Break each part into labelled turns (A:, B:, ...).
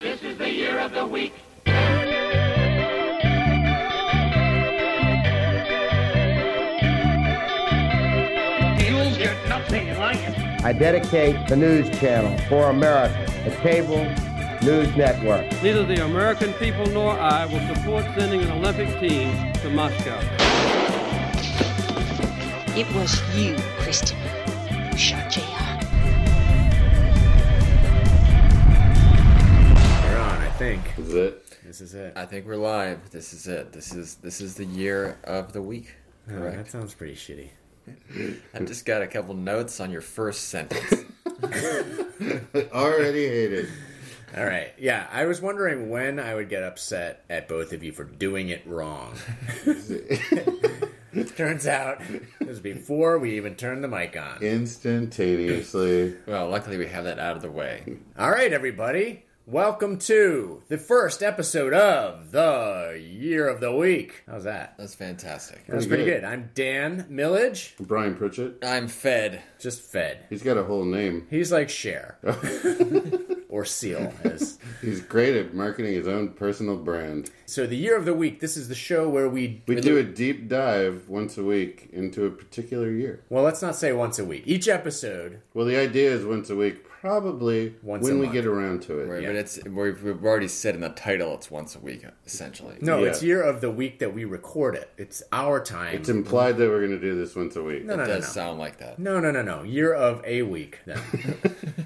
A: This is the year of the week.
B: You'll get nothing like it.
C: I dedicate the news channel for America, the cable news network.
D: Neither the American people nor I will support sending an Olympic team to Moscow.
E: It was you, Christina, who shot JR.
F: We're on, I think.
G: Is it?
F: This is it.
H: I think we're live. This is it. This is this is the year of the week.
F: Oh, that
H: Correct.
F: sounds pretty shitty.
H: I just got a couple notes on your first sentence.
G: I already hate it.
F: All right. Yeah, I was wondering when I would get upset at both of you for doing it wrong. Turns out it was before we even turned the mic on.
G: Instantaneously.
H: well, luckily we have that out of the way.
F: All right, everybody. Welcome to the first episode of the Year of the Week. How's that?
H: That's fantastic.
F: That was
G: Pretty
F: pretty
G: good.
F: good. I'm Dan Millage,
G: Brian Pritchett.
H: I'm fed.
F: just fed.
G: He's got a whole name.
F: He's like Cher or Seal, as
G: He's great at marketing his own personal brand.
F: So the year of the week, this is the show where we
G: We do a deep dive once a week into a particular year.
F: well, let's not say once a week. Each episode,
G: Well, the idea is once a week, probably
F: Once
G: when
F: a
G: we
F: month.
G: get around to it.
H: Right, but it's we've, we've already said in the title it's once a week essentially.
F: no,
G: Yeah.
F: it's year of the week that we record it. It's our time.
G: It's implied that we're going to do this once a week.
F: no,
H: it
F: no, no,
H: does
F: no.
H: sound like that.
F: no, no, no, no. Year of a week.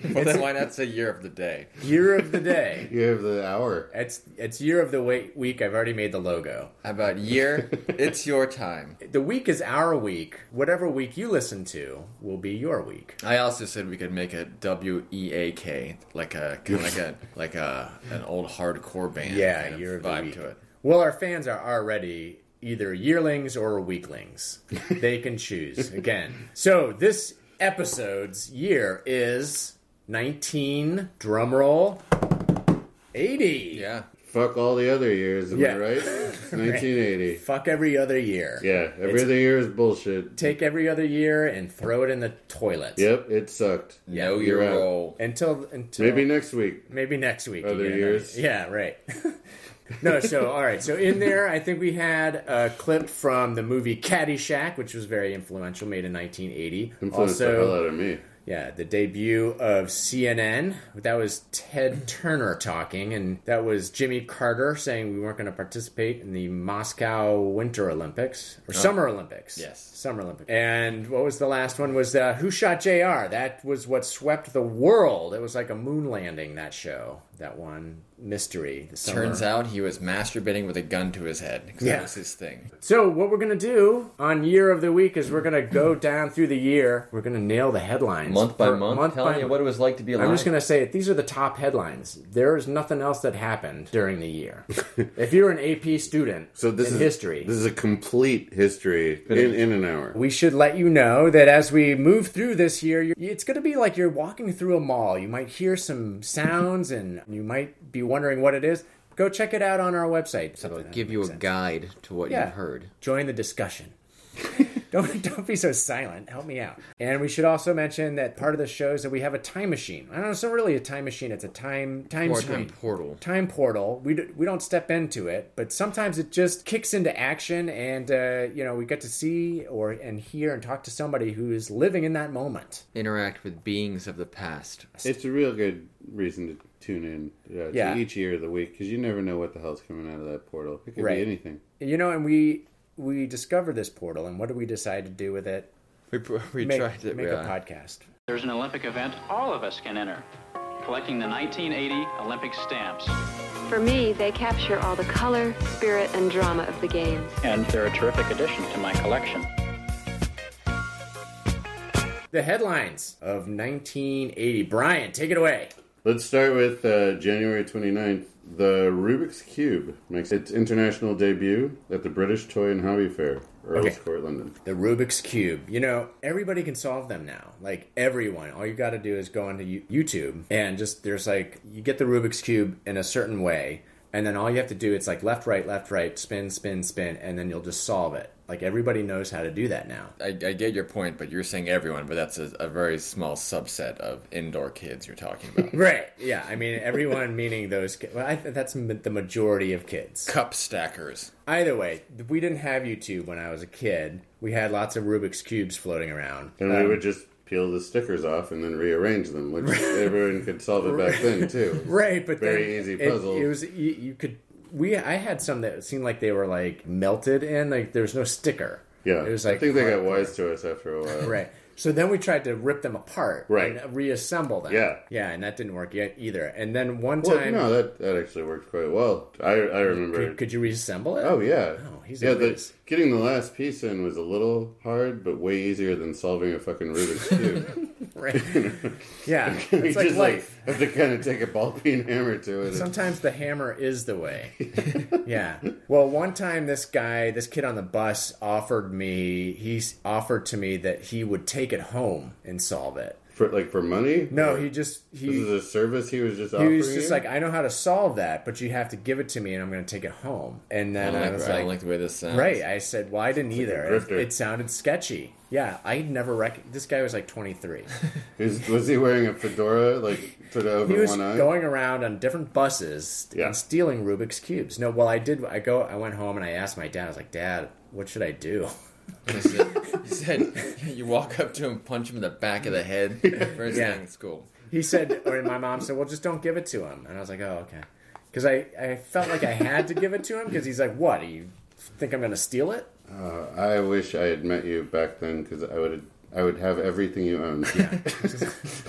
F: Then
H: Well, then why not say year of the day?
F: year of the day.
G: You have the hour.
F: It's it's year of the wait week. I've already made the logo.
H: How about year? it's your time.
F: The week is our week. Whatever week you listen to will be your week.
H: I also said we could make a W E A K like a kind of like a like a an old hardcore band.
F: Yeah,
H: kind of
F: year of the
H: vibe
F: week.
H: to it.
F: Well, our fans are already either yearlings or weaklings. they can choose again. So this episode's year is 19 drumroll 80.
H: Yeah.
G: Fuck all the other years, am
F: Yeah.
G: I right? It's 1980.
F: Fuck every other year.
G: Yeah, every
F: It's-
G: other year is bullshit.
F: Take every other year and throw it in the toilet.
G: Yep, it sucked.
H: Know your
G: You're out.
H: role.
F: Until until
G: Maybe next week.
F: Maybe next week. you
G: Other
F: get another-
G: years?
F: Yeah, right. no, so all right. So in there, I think we had a clip from the movie Caddyshack, which was very influential, made in 1980.
G: Influenced the hell
F: also,
G: out of me.
F: yeah, the debut of CNN. That was Ted Turner talking, and that was Jimmy Carter saying we weren't going to participate in the Moscow Winter Olympics or Summer Olympics.
H: Oh. yes.
F: Summer Olympics. And what was the last one? Was uh, Who Shot JR? That was what swept the world. It was like a moon landing, that show. That one mystery. The summer.
H: Turns out he was masturbating with a gun to his head. 'cause
F: Yeah.
H: That was his thing.
F: So, what we're going to do on Year of the Week is we're going to go down through the year. We're going to nail the headlines.
H: Month by
F: For-
H: month, telling you what it was like to be alive.
F: I'm just going to say it. These are the top headlines. There is nothing else that happened during the year. if you're an AP student
G: So this
F: in
G: is
F: history,
G: This is a complete history in, in an hour.
F: we should let you know that as we move through this year, you're, it's going to be like you're walking through a mall. You might hear some sounds and you might be wondering what it is. Go check it out on our website. So that
H: give you a
F: makes sense.
H: guide to what
F: Yeah.
H: you heard.
F: Join the discussion. don't don't be so silent. Help me out. And we should also mention that part of the show is that we have a time machine. I don't know. It's not really a time machine. It's a time time
H: Or a
F: screen.
H: time portal.
F: Time portal. We d- we don't step into it, but sometimes it just kicks into action, and uh, you know we get to see or and hear and talk to somebody who is living in that moment.
H: Interact with beings of the past.
G: It's a real good reason to tune in uh,
F: Yeah.
G: to each year of the week because you never know what the hell's coming out of that portal. It could
F: Right.
G: be anything.
F: You know, and we we discovered this portal, and what do we decide to do with it?
H: We, pr- we
F: Make,
H: tried to.
F: make
H: yeah.
F: a podcast.
B: There's an Olympic event all of us can enter, collecting the 1980 Olympic stamps.
I: For me, they capture all the color, spirit, and drama of the games.
B: And they're a terrific addition to my collection.
F: The headlines of 1980. Brian, take it away.
G: Let's start with uh, January 29th. The Rubik's Cube makes its international debut at the British Toy and Hobby Fair, Earls
F: Okay.
G: Court, London.
F: The Rubik's Cube. You know, everybody can solve them now. Like, everyone. All you got to do is go onto Yo- YouTube and just, there's like, you get the Rubik's Cube in a certain way. and then all you have to do it's like left, right, left, right, spin, spin, spin, and then you'll just solve it. Like everybody knows how to do that now.
H: I, I get your point, but you're saying everyone, but that's a, a very small subset of indoor kids you're talking about.
F: Right. Yeah. I mean, everyone, meaning those. ki- Well, I think that's m- the majority of kids.
H: Cup stackers.
F: Either way, we didn't have YouTube when I was a kid. We had lots of Rubik's cubes floating around.
G: And we would just peel the stickers off and then rearrange them, which everyone could solve it back then too.
F: Right, but
G: Very
F: then
G: easy
F: it-
G: puzzle.
F: It, was you, you could. We I had some that seemed like they were like melted in. Like there was no sticker.
G: Yeah,
F: it was like
G: I think they got
F: hardcore.
G: wise to us after a while.
F: Right. So then we tried to rip them apart,
G: Right.
F: And reassemble them.
G: Yeah.
F: yeah, and that didn't work yet either. And then one
G: Well,
F: time,
G: no, that that actually worked quite well. I I remember.
F: could, could you reassemble it?
G: Oh yeah.
F: Oh, he's a
G: yeah. The,
F: whiz.
G: getting the last piece in was a little hard, but way easier than solving a fucking Rubik's cube.
F: right. yeah,
G: We
F: it's like
G: just
F: life.
G: like have to kind of take a ball peen hammer to it.
F: Sometimes the hammer is the way. yeah. Well, one time this guy, this kid on the bus offered me, he s- offered to me that he would take it home and solve it.
G: for like for money.
F: No,
G: Or-
F: he just
G: This is
F: he
G: a service he was just
F: he
G: offering.
F: was just
G: Oh, you?
F: like, I know how to solve that, but you have to give it to me, and I'm going to take it home. And
H: Oh, I
F: then
H: don't,
F: I,
H: like,
F: was
H: I don't
F: like,
H: like the way this sounds.
F: right. I said, well, I didn't either. It,
G: grifter.
F: it sounded sketchy. Yeah, I never rec. This guy was like 23.
G: Is- was he wearing a fedora like sort of
F: He
G: over
F: was
G: one eye?
F: going around on different buses
G: Yeah.
F: and stealing Rubik's cubes. No, well, I did. I go. I went home and I asked my dad. I was like, Dad, what should I do?
H: He said, he said you walk up to him, punch him in the back of the head. First
F: Yeah.
H: thing in school.
F: He said, or my mom said, Well, just don't give it to him. And I was like, Oh, okay. Because I, I felt like I had to give it to him because he's like, What? Do you think I'm going to steal it?
G: Uh, I wish I had met you back then because I would I would have everything you own.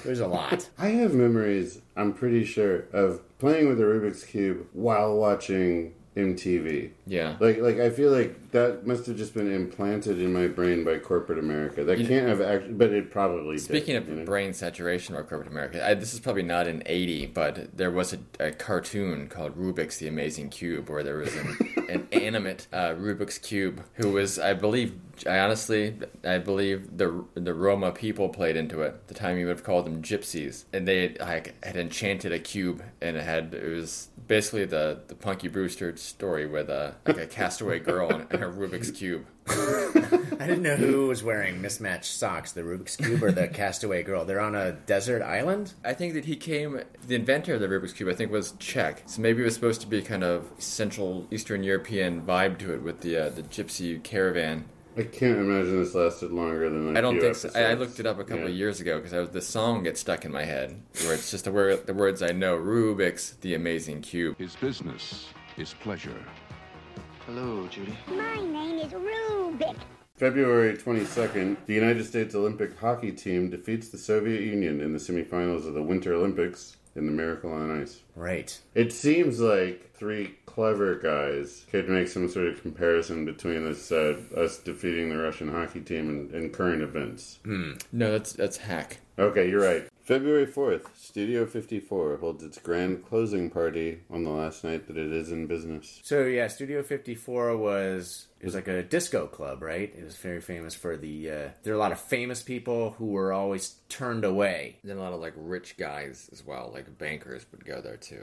F: There's a lot.
G: I have memories. I'm pretty sure of playing with a Rubik's cube while watching MTV.
H: Yeah.
G: Like like I feel like that must have just been implanted in my brain by corporate America. That can't have actually, but it probably.
H: Speaking
G: did,
H: of
G: you know?
H: brain saturation by corporate America, I, this is probably not in 80, but there was a, a cartoon called Rubik's the Amazing Cube where there was an, an animate uh, Rubik's Cube who was, I believe, I honestly, I believe the the Roma people played into it. At the time you would have called them gypsies. And they had, like, had enchanted a cube and it had, it was basically the, the Punky Brewster story with a, like a castaway girl and, and her Rubik's Cube.
F: I didn't know who was wearing mismatched socks the Rubik's Cube or the Castaway Girl. They're on a desert island?
H: I think that he came. The inventor of the Rubik's cube, I think, was Czech. So maybe it was supposed to be kind of Central Eastern European vibe to it with the uh, the gypsy caravan.
G: I can't imagine this lasted longer than. I
H: I don't think so. I, I looked it up a couple of years ago because the song gets stuck in my head, where it's just the, word, the words I know: Rubik's, the amazing cube.
A: His business is pleasure.
B: Hello, Judy.
J: My name is Rubik.
G: February 22nd, the United States Olympic hockey team defeats the Soviet Union in the semifinals of the Winter Olympics in the Miracle on Ice.
F: Right.
G: It seems like three clever guys could make some sort of comparison between this uh, us defeating the Russian hockey team and, and current events.
H: No, that's that's hack.
G: Okay, you're right. February 4th, Studio 54 holds its grand closing party on the last night that it is in business.
F: So yeah, Studio 54 was it was like a disco club, right? It was very famous for the uh, there are a lot of famous people who were always turned away.
H: Then a lot of like rich guys as well, like bankers would go there too.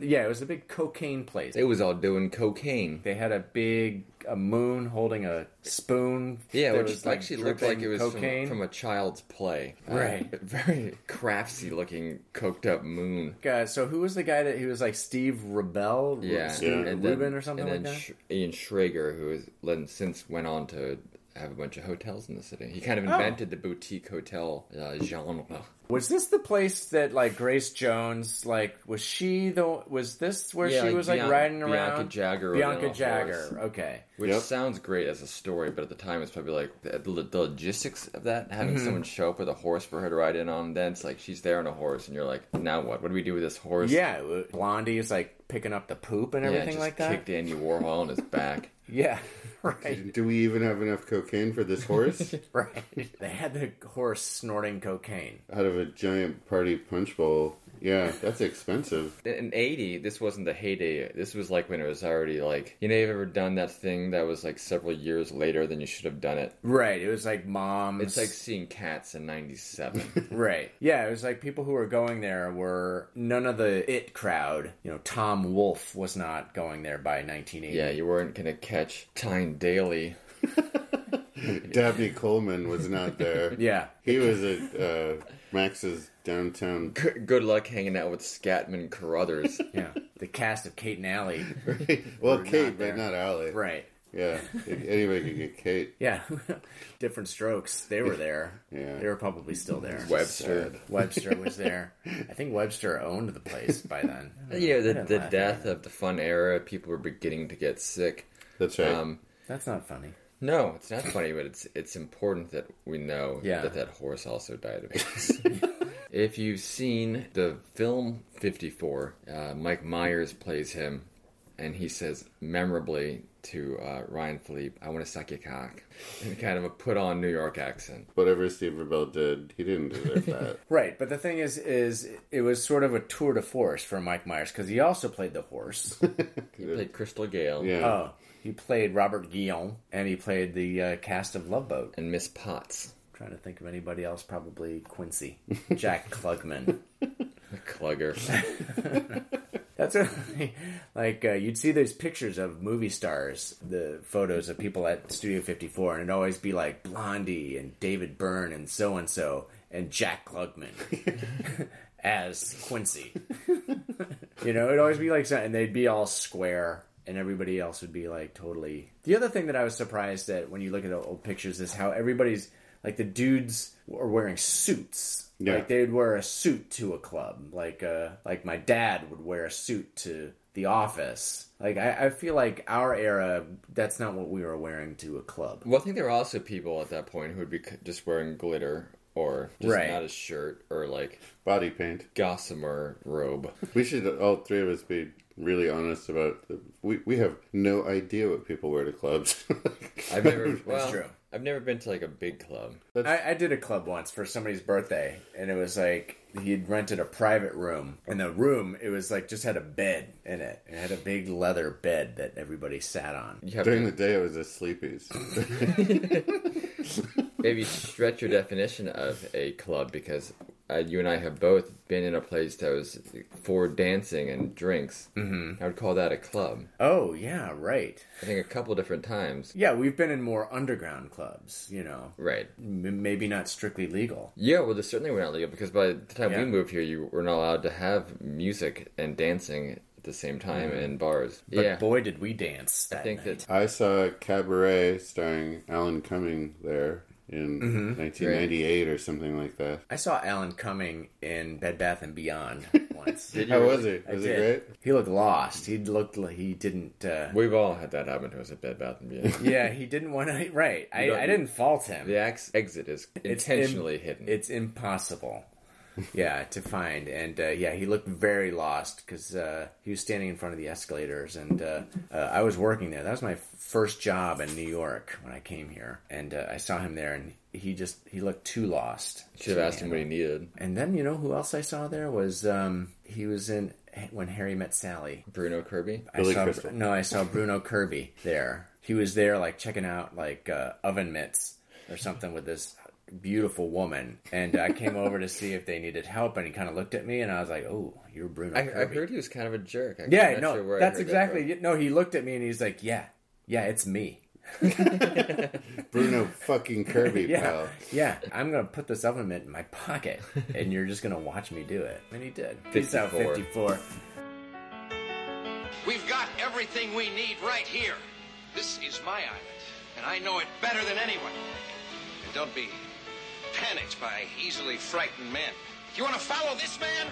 F: Yeah, it was a big cocaine place.
H: They was all doing cocaine.
F: They had a big a moon holding a spoon.
H: Yeah,
F: that
H: which
F: was,
H: actually looked like
F: dripping
H: it was from,
F: cocaine.
H: from a child's play. Uh,
F: Right.
H: very craftsy looking, coked up moon.
F: Uh, so who was the guy that he was like Steve Rebel?
H: Yeah.
F: Steve
H: And then-
F: Rubin or something
H: and
F: like
H: then
F: that.
H: Sh- Ian Schrager, who has then since went on to have a bunch of hotels in the city. He
F: Oh.
H: kind of invented the boutique hotel uh, genre.
F: was this the place that like Grace Jones like was she the was this where
H: Yeah,
F: she
H: like
F: was like
H: Bian-
F: riding
H: Bianca
F: around
H: Jagger rode on a
F: Bianca
H: horse.
F: Jagger. Okay.
H: Which
G: Yep.
H: sounds great as a story, but at the time it's probably like the, the the logistics of that having
F: Mm-hmm.
H: someone show up with a horse for her to ride in on. Then it's like she's there on a horse, and you're like, now what? What do we do with this horse?
F: Yeah, it wa- Blondie is like picking up the poop and
H: Yeah,
F: everything
H: just
F: like that.
H: Kicked Andy Warhol in his back.
F: Yeah, right,
G: Do we even have enough cocaine for this horse?
F: right. They had the horse snorting cocaine.
G: Out of a giant party punch bowl. Yeah, that's expensive.
H: in 80 this wasn't the heyday this was like when it was already like you know you've ever done that thing that was like several years later than you should have done it
F: Right. It was like moms.
H: it's like seeing cats in 97
F: Right. Yeah, it was like people who were going there were none of the it crowd. You know, Tom Wolfe was not going there by 1980.
H: yeah you weren't gonna catch tyne daly
G: Dabney Coleman was not there.
F: Yeah.
G: He was at uh, Max's downtown.
H: G- good luck hanging out with scatman carruthers
F: Yeah. The cast of Kate and Alley.
G: Well,
F: not
G: Kate,
F: there.
G: but not Allie.
F: Right.
G: Yeah, anybody could get Kate.
F: Yeah. Different strokes. They were there.
G: Yeah.
F: They were probably still there.
H: webster
F: Webster was there. I think Webster owned the place by then.
H: yeah the, the
F: laugh at
H: death of the fun era people were beginning to get sick
G: That's right.
H: um
F: That's not funny.
H: no, it's not funny, but it's it's important that we know
F: Yeah.
H: that that horse also died of AIDS. if you've seen the film 54, uh, Mike Myers plays him, and he says memorably to uh, Ryan Philippe, "I want to suck your cock," in kind of a put-on New York accent.
G: Whatever Steve Rebell did, he didn't deserve that.
F: Right, but the thing is, is it was sort of a tour de force for Mike Myers because he also played the horse.
H: He played Crystal Gale
G: Yeah.
F: oh, he played Robert Guillon, and he played the uh, cast of Love Boat.
H: and Miss Potts,
F: Trying to think of anybody else, probably Quincy, Jack Klugman.
H: a clugger.
F: That's what, like uh, you'd see those pictures of movie stars, the photos of people at Studio 54, and it'd always be like Blondie and David Byrne and so and so and Jack Klugman as Quincy. you know, it'd always be like, some- and they'd be all square. And everybody else would be like totally. The other thing that I was surprised at when you look at the old pictures is how everybody's like the dudes are wearing suits.
G: Yeah.
F: Like they'd wear a suit to a club. Like uh, like my dad would wear a suit to the office. Like I, I feel like our era, that's not what we were wearing to a club.
H: Well, I think there were also people at that point who would be c- just wearing glitter or just
F: Right.
H: not a shirt or like
G: Body paint.
H: gossamer robe.
G: We should all three of us be really honest about. The, we we have no idea what people wear to clubs.
H: I've never. Well,
F: true.
H: I've never been to like a big club.
F: I, I did a club once for somebody's birthday, and it was like he'd rented a private room, and the room it was like just had a bed in it. It had a big leather bed that everybody sat on.
H: You have
G: During
H: to
G: the day, it was a sleepies.
H: maybe stretch your definition of a club because uh, you and I have both been in a place that was for dancing and drinks. Mm-hmm. I would call that a club.
F: Oh yeah, right.
H: I think a couple different times.
F: Yeah, we've been in more underground clubs, you know,
H: Right.
F: m- maybe not strictly legal.
H: Yeah, well, they certainly were not legal because by the time
F: Yeah.
H: we moved here, you were not allowed to have music and dancing at the same time in bars.
F: But
H: yeah,
F: boy, did we dance! That
H: I think
F: night.
H: that
G: I saw Cabaret starring Alan Cumming there in
F: Mm-hmm.
G: 1998 or something like that.
F: I saw Alan Cumming in Bed Bath and Beyond once.
H: Did you
G: How
H: really?
G: was he?
F: I
G: Was he great?
F: did. He looked lost. He looked like he didn't. Uh,
H: we've all had that happen to us at Bed Bath and Beyond.
F: yeah, he didn't want to. Right. I,
H: don't-
F: I didn't fault him.
H: The ex- exit is
F: im-
H: intentionally hidden.
F: It's impossible. Yeah, to find and uh, yeah, he looked very lost because uh, he was standing in front of the escalators, and uh, uh, I was working there. That was my first job in New York when I came here, and uh, I saw him there, and he just he looked too lost.
H: Should have asked him what he needed.
F: And then you know who else I saw there was um, he was in when Harry met Sally.
H: Bruno Kirby.
G: Billy
F: I saw,
G: Crystal.
F: No, I saw Bruno Kirby there. He was there, like checking out like uh, oven mitts or something with this beautiful woman. And I came over to see if they needed help, and he kind of looked at me, and I was like, "Oh, you're Bruno."
H: I, I
F: Kirby.
H: heard he was kind of a jerk. I'm
F: Yeah,
H: not
F: no,
H: sure where I
F: that's
H: heard that
F: exactly.
H: from.
F: no, he looked at me, and he's like, "Yeah, yeah, it's me."
G: Bruno fucking Kirby,
F: Yeah,
G: pal.
F: yeah. I'm gonna put this oven mitt in my pocket, and you're just gonna watch me do it. And he did. Peace out,
H: 54.
F: 54.
K: We've got everything we need right here. This is my island, and I know it better than anyone. And don't be panicked by easily frightened men. You want to follow this man?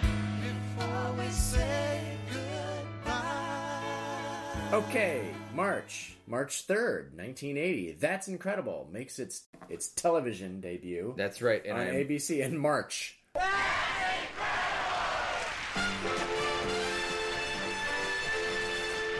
F: Okay, March, March 3rd, 1980. That's incredible. Makes its its television debut
H: That's right. And
F: on
H: I'm,
F: ABC in March.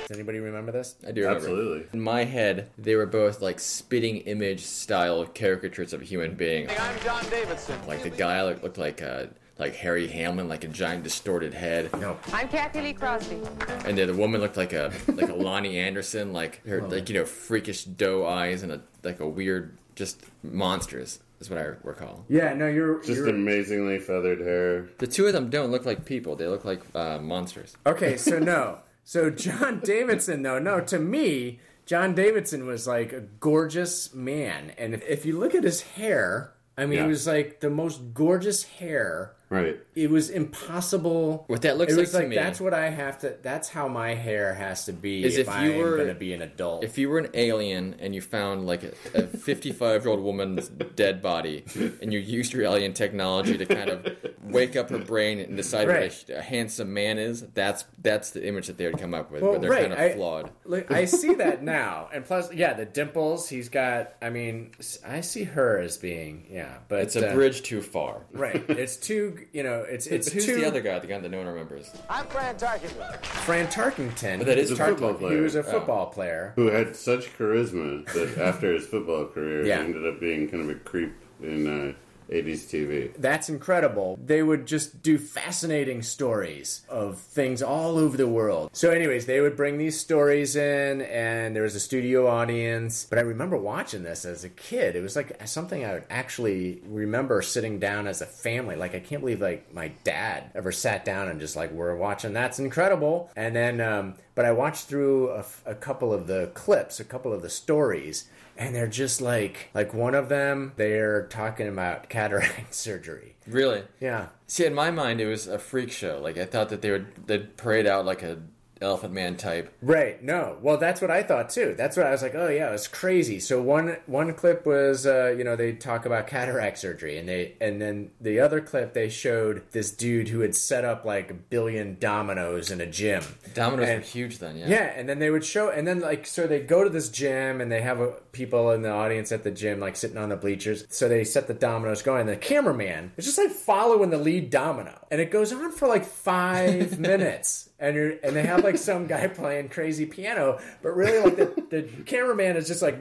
F: Does anybody remember this?
H: I do remember.
G: Absolutely.
H: In my head, they were both like spitting image style caricatures of a human being.
K: I'm John Davidson.
H: Like the guy looked, looked like uh, like Harry Hamlin, like a giant distorted head.
F: No.
L: I'm Kathy Lee Crosby.
H: And then the woman looked like a like a Lonnie Anderson, like her
L: Oh.
H: like you know freakish doe eyes and a like a weird just monsters is what I recall.
F: Yeah, no, you're
G: just
H: you're-
G: amazingly feathered hair.
H: The two of them don't look like people; they look like uh, monsters.
F: Okay, so no. So John Davidson, though, no, to me, John Davidson was like a gorgeous man. And if, if you look at his hair, I mean,
G: Yeah.
F: it was like the most gorgeous hair.
G: Right.
F: It was impossible.
H: What that looks
F: it
H: like
F: was
H: to
F: like,
H: me-
F: that's what I have to, that's how my hair has to be
H: is if, you
F: I'm
H: were
F: going to be an adult.
H: If you were an alien and you found like a 55 year old woman's dead body, and you used your alien technology to kind of wake up her brain and decide what a
F: Right.
H: sh- a, handsome man is, that's that's the image that they would come up with.
F: Well,
H: but they're
F: right,
H: kind of
F: I-
H: flawed.
F: Look, I see that now, and plus, yeah, the dimples. He's got. I mean, s- I see her as being, yeah, but
H: it's a
F: uh,
H: bridge too far.
F: right? It's too, you know, it's
H: But
F: it's
H: who's
F: too.
H: the other guy? The guy that no one remembers.
M: I'm Fran Tarkenton.
F: Fran Tarkington.
H: But that is
G: He's a
H: Tarkin.
G: football player.
F: He was a
H: Oh.
F: football player.
G: Who had such charisma that after his football career,
F: Yeah.
G: he ended up being kind of a creep in uh, 80s TV.
F: That's incredible. They would just do fascinating stories of things all over the world. So, anyways, they would bring these stories in, and there was a studio audience. But I remember watching this as a kid. It was like something I would actually remember sitting down as a family. Like, I can't believe like my dad ever sat down and just like we're watching. That's incredible. And then, um, but I watched through a, f- a couple of the clips, a couple of the stories. And they're just like, like one of them, they're talking about cataract surgery.
H: Really?
F: Yeah.
H: See, in my mind, it was a freak show. Like I thought that they would they'd parade out like a elephant man type.
F: Right. No. Well, that's what I thought too. That's what I was like. Oh yeah, it's crazy. So one one clip was uh, you know they talk about cataract surgery, and they and then the other clip they showed this dude who had set up like a billion dominoes in a gym.
H: Dominoes
F: And-
H: were huge then. Yeah.
F: yeah. and then they would show, and then like so they go to this gym and they have a, people in the audience at the gym like sitting on the bleachers. So they set the dominoes going. And the cameraman is just like following the lead domino, and it goes on for like five minutes. And you're, and they have like some guy playing crazy piano, but really like the, the cameraman is just like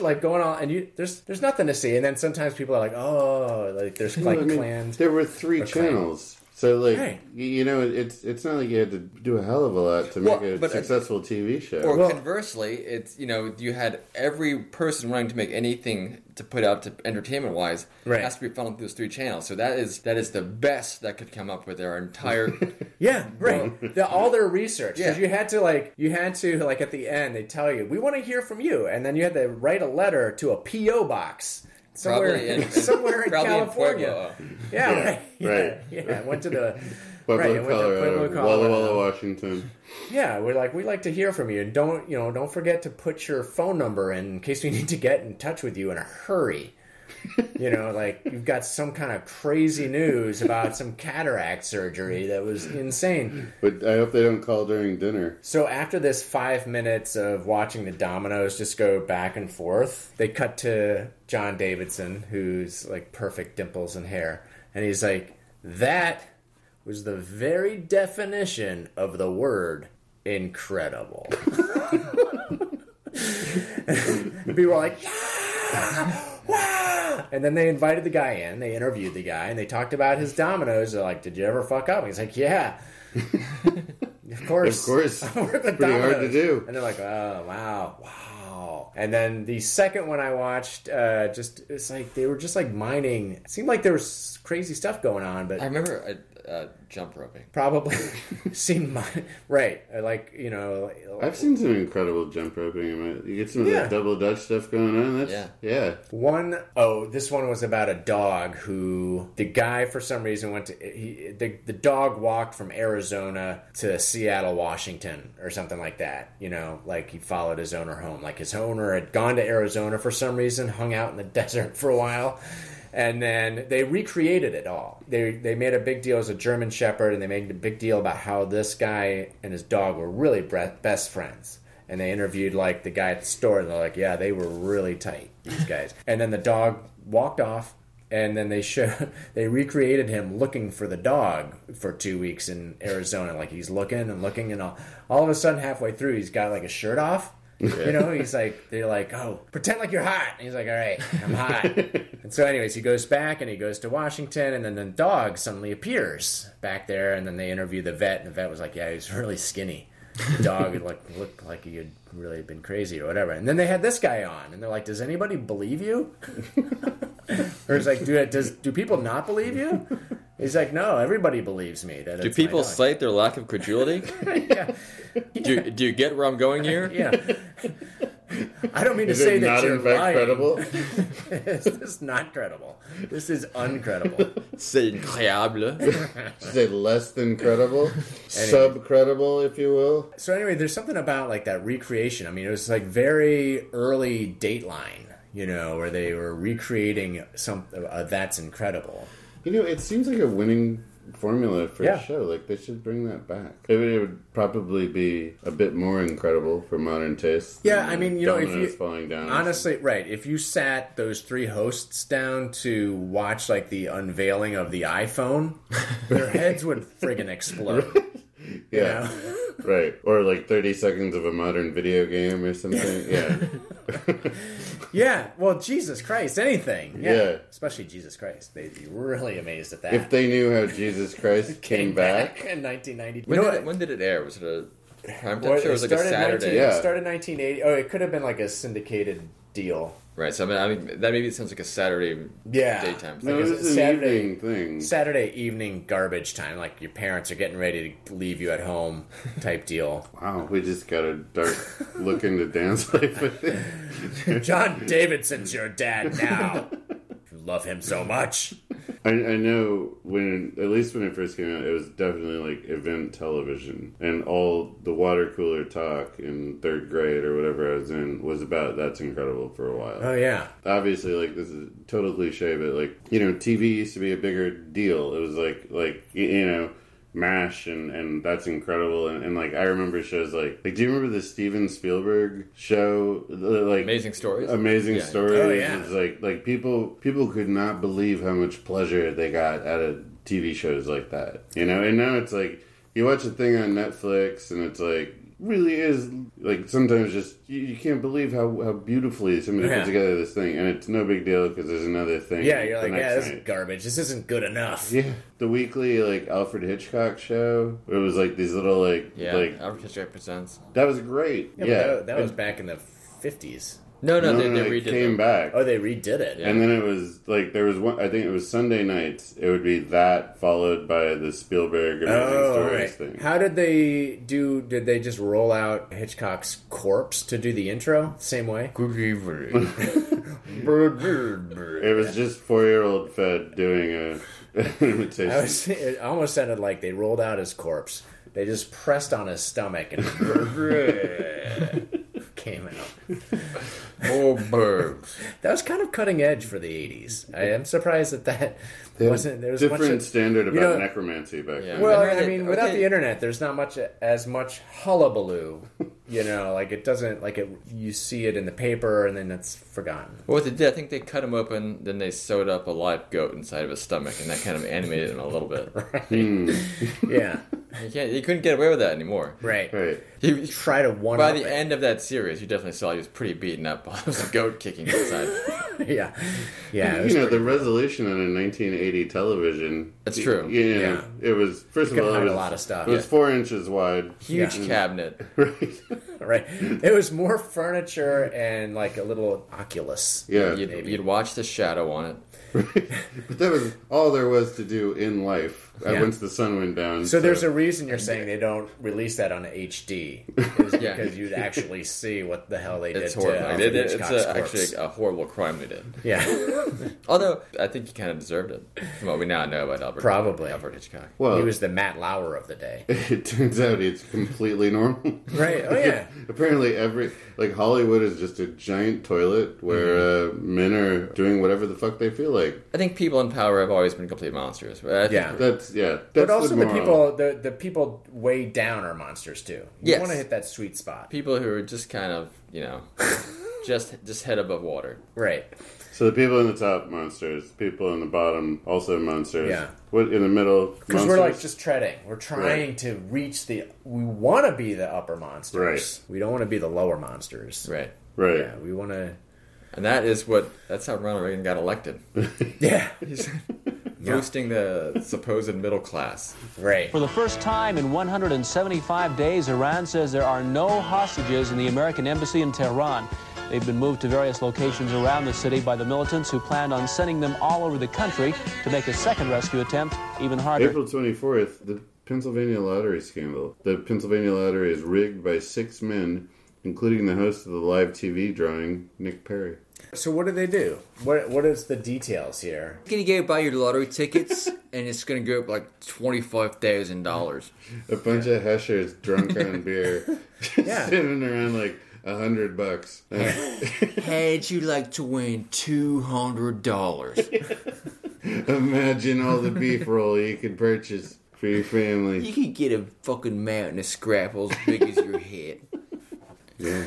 F: like going on, and you there's there's nothing to see. And then sometimes people are like, oh, like there's
G: Well,
F: like
G: I mean,
F: clans.
G: There were three
F: or clans.
G: channels. So like
F: Right.
G: y- you know, it's it's not like you had to do a hell of a lot to
H: Well,
G: make a
F: uh,
H: but-
G: successful TV show.
H: Or conversely, it's you know you had every person wanting to make anything to put out to entertainment wise
F: Right.
H: has to be funneled through those three channels. So that is that is the best that could come up with our entire.
F: Yeah, right. the, all their research.
H: Yeah.
F: Because you had to like you had to like at the end they tell you we want to hear from you, and then you had to write a letter to a PO box somewhere
H: Probably in-
F: somewhere in
H: probably in
F: California.
H: Pueblo.
F: yeah,
G: Yeah,
F: right. Yeah,
G: right.
F: yeah. I went to the
G: Pueblo,
F: right, I went to
G: Colorado,
F: Pueblo,
G: Walla
F: Colorado.
G: Walla, Washington.
F: Yeah, we're like we like to hear from you, and don't you know? Don't forget to put your phone number in, in case we need to get in touch with you in a hurry. you know, like you've got some kind of crazy news about some cataract surgery that was insane.
G: But I hope they don't call during dinner.
F: So after this five minutes of watching the dominoes just go back and forth, they cut to John Davidson, who's like perfect dimples and hair, and he's like, "That was the very definition of the word incredible." People were like, and then they invited the guy in. They interviewed the guy, and they talked about his dominoes. They're like, "Did you ever fuck up?" And he's like, "Yeah." of course,
G: Of course.
F: I work with
G: Pretty hard to
F: dominoes.
G: do.
F: And they're like, "Oh wow, wow." And then the second one I watched, uh, just it's like they were just like mining. It seemed like there was crazy stuff going on, but
H: I remember uh, uh, jump roping.
F: probably seemed mine right. I Like you know,
G: I've seen some incredible jump roping. in my- You get some of
F: Yeah.
G: that double dutch stuff going on. That's yeah.
F: One oh, this one was about a dog who the guy for some reason went to he, the the dog walked from Arizona to Seattle, Washington, or something like that. You know, like he followed his owner home. Like his owner had gone to Arizona for some reason, hung out in the desert for a while. And then they recreated it all. They they made a big deal as a German Shepherd, and they made a big deal about how this guy and his dog were really bre- best friends and they interviewed like the guy at the store and they're like yeah they were really tight these guys and then the dog walked off and then they show they recreated him looking for the dog for two weeks in arizona like he's looking and looking and all, all of a sudden halfway through he's got like a shirt off You know, he's like, they're like, oh, pretend like you're hot. And he's like, all right, I'm hot. and so, anyways, he goes back and he goes to Washington, and then the dog suddenly appears back there, and then they interview the vet, and the vet was like, yeah, he's really skinny. The dog had like looked like he had really been crazy or whatever. And then they had this guy on, and they're like, does anybody believe you? or it's like, do does do people not believe you? He's like, no, everybody believes me. That
H: Do
F: it's my
H: people
F: dog."
H: cite their lack of credulity? Do, do you get where I'm going here?
F: Yeah. I don't mean
G: Is
F: to
G: it
F: say that
G: not
F: you're
G: in fact
F: lying.
G: credible?
F: this is not credible. This is uncredible.
H: C'est incroyable.
G: Should say less than credible, sub credible, if you will.
F: so anyway, there's something about like that recreation. I mean, it was like very early Dateline, you know, where they were recreating some. Uh, that's incredible.
G: You know, it seems like a winning formula for
F: Yeah.
G: a show. Like they should bring that back. It would, it would probably be a bit more incredible for modern taste.
F: Yeah,
G: than
F: I mean, you know, if you
G: dominoes falling down,
F: honestly, right? If you sat those three hosts down to watch like the unveiling of the iPhone, their heads would friggin' explode. You
G: yeah,
F: know?
G: right, or like thirty seconds of a modern video game or something. Yeah,
F: Yeah, well, Jesus Christ, anything. Yeah.
G: Yeah.
F: Especially Jesus Christ. They'd be really amazed at that.
G: if they knew how Jesus Christ came back.
F: in 1990. you
H: When,
F: know
H: did it,
F: what?
H: when did it air? Was it a? I'm
F: Well,
H: sure it was like a
F: started 19
H: Saturday.
G: Yeah.
F: It started 1980. Oh, it could have been like a syndicated deal.
H: Right. So I mean, I mean, that maybe sounds like a Saturday
F: Yeah.
H: daytime.
G: No,
H: Thing.
F: Like,
G: it
F: is
G: was
F: it
G: an
F: Saturday?
G: evening thing.
F: Saturday evening garbage time, like your parents are getting ready to leave you at home type deal.
G: Wow, we just got a dark look into Dan's life. with it.
F: John Davidson's your dad now. You love him so much.
G: I, I know when, at least when it first came out, it was definitely like event television, and all the water cooler talk in third grade or whatever I was in was about that's incredible for a while.
F: Oh, yeah.
G: Obviously, like this is total cliche, but like you know, TV used to be a bigger deal. It was like like y- you know. Mash and, and that's incredible and, and like I remember shows like like do you remember the Steven Spielberg show The, like
H: Amazing stories.
G: amazing
H: Yeah.
G: stories.
F: Oh, yeah.
G: It's like like people people could not believe how much pleasure they got out of TV shows like that. You know, and now it's like you watch a thing on Netflix and it's like really is like sometimes just you, you can't believe how, how beautifully somebody
F: Yeah.
G: put together this thing and it's no big deal because there's another thing
F: Yeah, you're
G: the
F: like,
G: next
F: yeah, this
G: night.
F: is garbage. This isn't good enough.
G: yeah the weekly like alfred hitchcock show it was like these little like
H: Yeah.
G: like
H: Alfred Hitchcock presents.
G: that was great yeah,
F: but that, that was back in the 50s.
H: No, no,
G: no,
H: they,
G: no,
H: they
G: it
H: redid
G: came
H: them.
G: back
F: Oh, they redid it.
G: And then it was like there was one. I think it was Sunday nights. It would be that followed by the Spielberg Amazing
F: Oh,
G: Stories
F: right.
G: thing.
F: How did they do? Did they just roll out Hitchcock's corpse to do the intro same way?
H: Good evening.
G: it was just four year old Fed doing a an imitation.
F: I was, it almost sounded like they rolled out his corpse. They just pressed on his stomach and came out.
H: More birds.
F: That was kind of cutting edge for the '80s. I am surprised that that wasn't there was
G: different
F: much. of-
G: standard about
F: you know-
G: necromancy back
H: Yeah.
G: then.
F: well,
H: Remember
F: I
H: that-
F: mean, without
H: okay.
F: the internet, there's not much as much hullabaloo. You know, like it doesn't like it. You see it in the paper, and then it's forgotten.
H: Well, what they did, I think they cut him open, then they sewed up a live goat inside of his stomach, and that kind of animated him a little bit.
G: Hmm.
F: Yeah,
H: You can't, you couldn't get away with that anymore.
F: right.
G: right.
H: He,
F: Try to one
H: by
F: up
H: the
F: it.
H: end of that series, you definitely saw he was pretty beaten up. It was a goat kicking inside.
F: yeah, yeah. it
G: You
F: was
G: know the resolution on a 1980 television.
H: That's true.
G: You know, it was first of
F: could
G: all it
F: hide a
G: was
F: lot of stuff.
G: It was four inches wide.
H: Huge
F: Yeah.
H: cabinet.
G: Right.
F: right. It was more furniture and like a little Oculus.
G: Yeah,
H: You'd, you'd watch the shadow on it.
G: but that was all there was to do in life. uh,
F: Yeah.
G: Once the sun went down,
F: So there's a reason you're saying they don't release that on HD, is
H: Yeah.
F: because you'd actually see what the hell they
H: It's
F: did.
H: horrible.
F: To
H: Like,
F: Alfred
H: it- it's
F: Hitchcock's
H: a,
F: corpse.
H: actually a horrible crime they did.
F: yeah,
H: Although I think he kind of deserved it. From what we now know about Albert,
F: Probably.
H: Albert Hitchcock.
G: well,
F: he was the Matt Lauer of the day.
G: it turns out it's completely normal.
F: Right. Oh yeah.
G: Apparently, every like Hollywood is just a giant toilet where
F: Mm-hmm.
G: uh, men are doing whatever the fuck they feel like.
H: I think people in power have always been complete monsters. But I think
F: Yeah.
G: That's yeah. That's
F: But also the,
G: moral.
F: people, the, the people way down are monsters too. You
H: Yes.
F: want to hit that sweet spot.
H: people who are just kind of you know just just head above water.
F: Right.
G: So the people in the top monsters, people in the bottom also monsters.
F: Yeah.
G: What in the middle?
F: Because we're like
G: monsters?
F: just treading. We're trying
G: Right.
F: to reach the. We want to be the upper monsters. We don't want to be the lower monsters.
H: Right.
G: right.
F: Yeah. We want to.
H: And that is what that's how Ronald Reagan got elected.
F: Yeah.
H: He's boosting the supposed middle class.
F: Right.
L: For the first time in 175 days, Iran says there are no hostages in the American embassy in Tehran. They've been moved to various locations around the city by the militants who planned on sending them all over the country to make a second rescue attempt even harder.
G: April 24th, the Pennsylvania lottery scandal. The Pennsylvania lottery is rigged by six men, including the host of the live TV drawing, Nick Perry.
F: So what do they do? What What is the details here?
M: You're gonna go buy your lottery tickets, and it's gonna go up like twenty five thousand dollars.
G: A bunch of heshers drunk on beer, sitting around like a hundred bucks.
M: How'd you like to win two hundred dollars?
G: Imagine all the beef roll you could purchase for your
M: You
G: family.
M: could get a fucking mountain of scrapple as big as your head.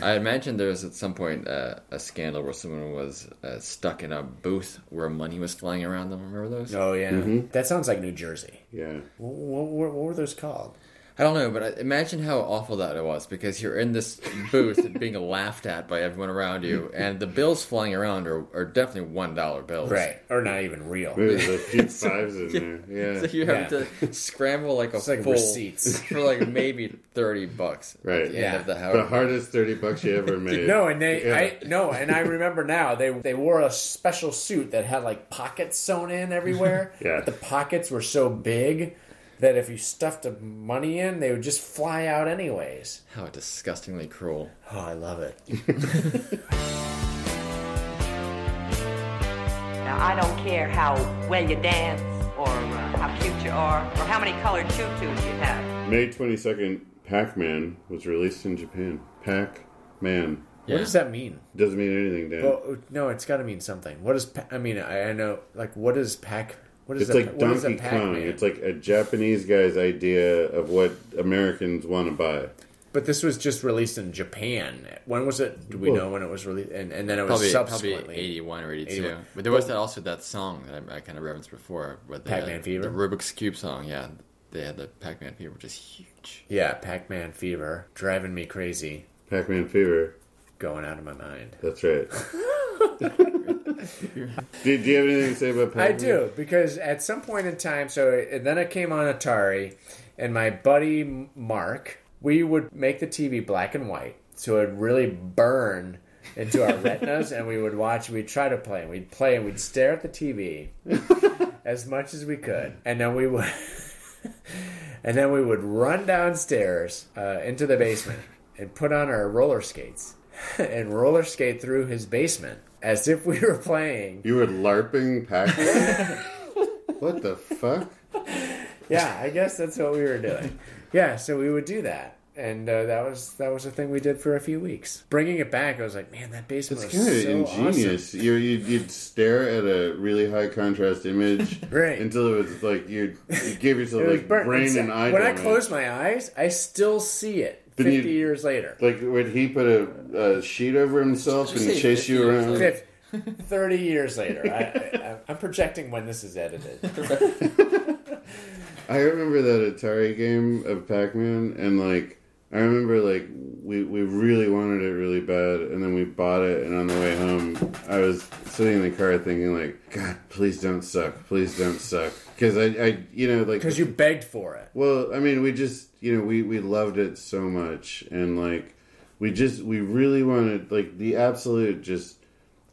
H: I imagine there was at some point uh, a scandal where someone was uh, stuck in a booth where money was flying around them. Remember those?
F: Oh yeah. That sounds like New Jersey.
G: Yeah.
F: What, what, what were those called?
H: I don't know, but I- imagine how awful that it was because you're in this booth and being laughed at by everyone around you, and the bills flying around are, are definitely one dollar bills,
F: Right. Or not even real.
G: There's a few fives in there. Yeah.
H: So you have to scramble like a
F: It's like
H: full
F: receipts.
H: for like maybe thirty bucks.
G: Right.
H: At the
G: Yeah.
H: End of the, hour.
G: The hardest thirty bucks you ever made.
F: No, and they,
G: Yeah.
F: I no, and I remember now they they wore a special suit that had like pockets sewn in everywhere.
G: Yeah.
F: but the pockets were so big that if you stuffed the money in, they would just fly out anyways.
H: How disgustingly cruel.
F: Oh, I love it.
N: Now, I don't care how well you dance, or uh, how cute you are, or how many colored tutus you have.
G: May twenty second, Pac Man was released in Japan. Pac Man.
F: What does that mean?
G: Doesn't mean anything, Dan.
F: Well, no, it's got to mean something. What is pa- I mean? I, I know like what is pack? What is
G: it's
F: a-
G: like
F: what is a
G: Donkey Kong.
F: Pac-Man?
G: It's like a Japanese guy's idea of what Americans want to buy.
F: But this was just released in Japan. When was it? Do we
G: Well-
F: know when it was released? And, and then it was
H: Probably,
F: subsequently.
H: probably 81 or 82.
F: 81.
H: But there was that also that song that I, I kind of referenced before. With the,
F: Pac-Man Fever?
H: The Rubik's Cube song, yeah. They had the Pac Man Fever, which is huge.
F: Yeah, Pac-Man fever driving me crazy,
G: Pac Man Fever.
F: going out of my mind.
G: That's right. do, do you have anything to say about Pac
F: I
G: Man?
F: do because at some point in time, so and then it came on Atari, and my buddy Mark, we would make the TV black and white, so it would really burn into our retinas, and we would watch. We'd try to play, and we'd play, and we'd stare at the TV as much as we could, and then we would, and then we would run downstairs uh, into the basement and put on our roller skates and roller skate through his basement as if we were playing
G: You were LARPing Pac Man? what the fuck?
F: yeah, I guess that's what we were doing. Yeah, so we would do that, and uh, that was that was a thing we did for a few weeks. Bringing it back, I was like, man, that basement
G: It's
F: was
G: kind of
F: so
G: ingenious.
F: awesome.
G: You're, you'd, you'd stare at a really high contrast image
F: Right.
G: until it was like you'd, you gave yourself
F: It was
G: like
F: burnt-
G: brain
F: it's-
G: and eye
F: When I
G: damage.
F: close my eyes, I still see it.
G: Then you-
F: Fifty years later,
G: Like when he put a, a sheet over himself and chase you around.
F: Fif- thirty years later, I, I, I'm projecting when this is edited.
G: I remember that Atari game of Pac Man, and like I remember like we we really wanted it really bad, and then we bought it, and on the way home, I was sitting in the car thinking like, God, please don't suck, please don't suck, because I I you know like
F: Because you begged for it.
G: well, I mean, we just you know we we loved it so much, and like we just we really wanted like the absolute just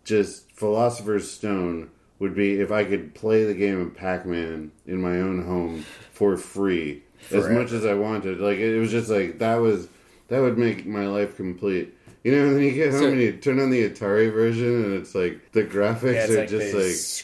G: just philosopher's stone would be if I could play the game of Pac Man in my own home for free as
F: Forever.
G: much as I wanted. Like it was just like that was that would make my life complete. You know, and then you get home
H: So-
G: and you turn on the Atari version, and it's like the
F: Yeah,
G: graphics
F: it's
G: are
F: like
G: just
F: this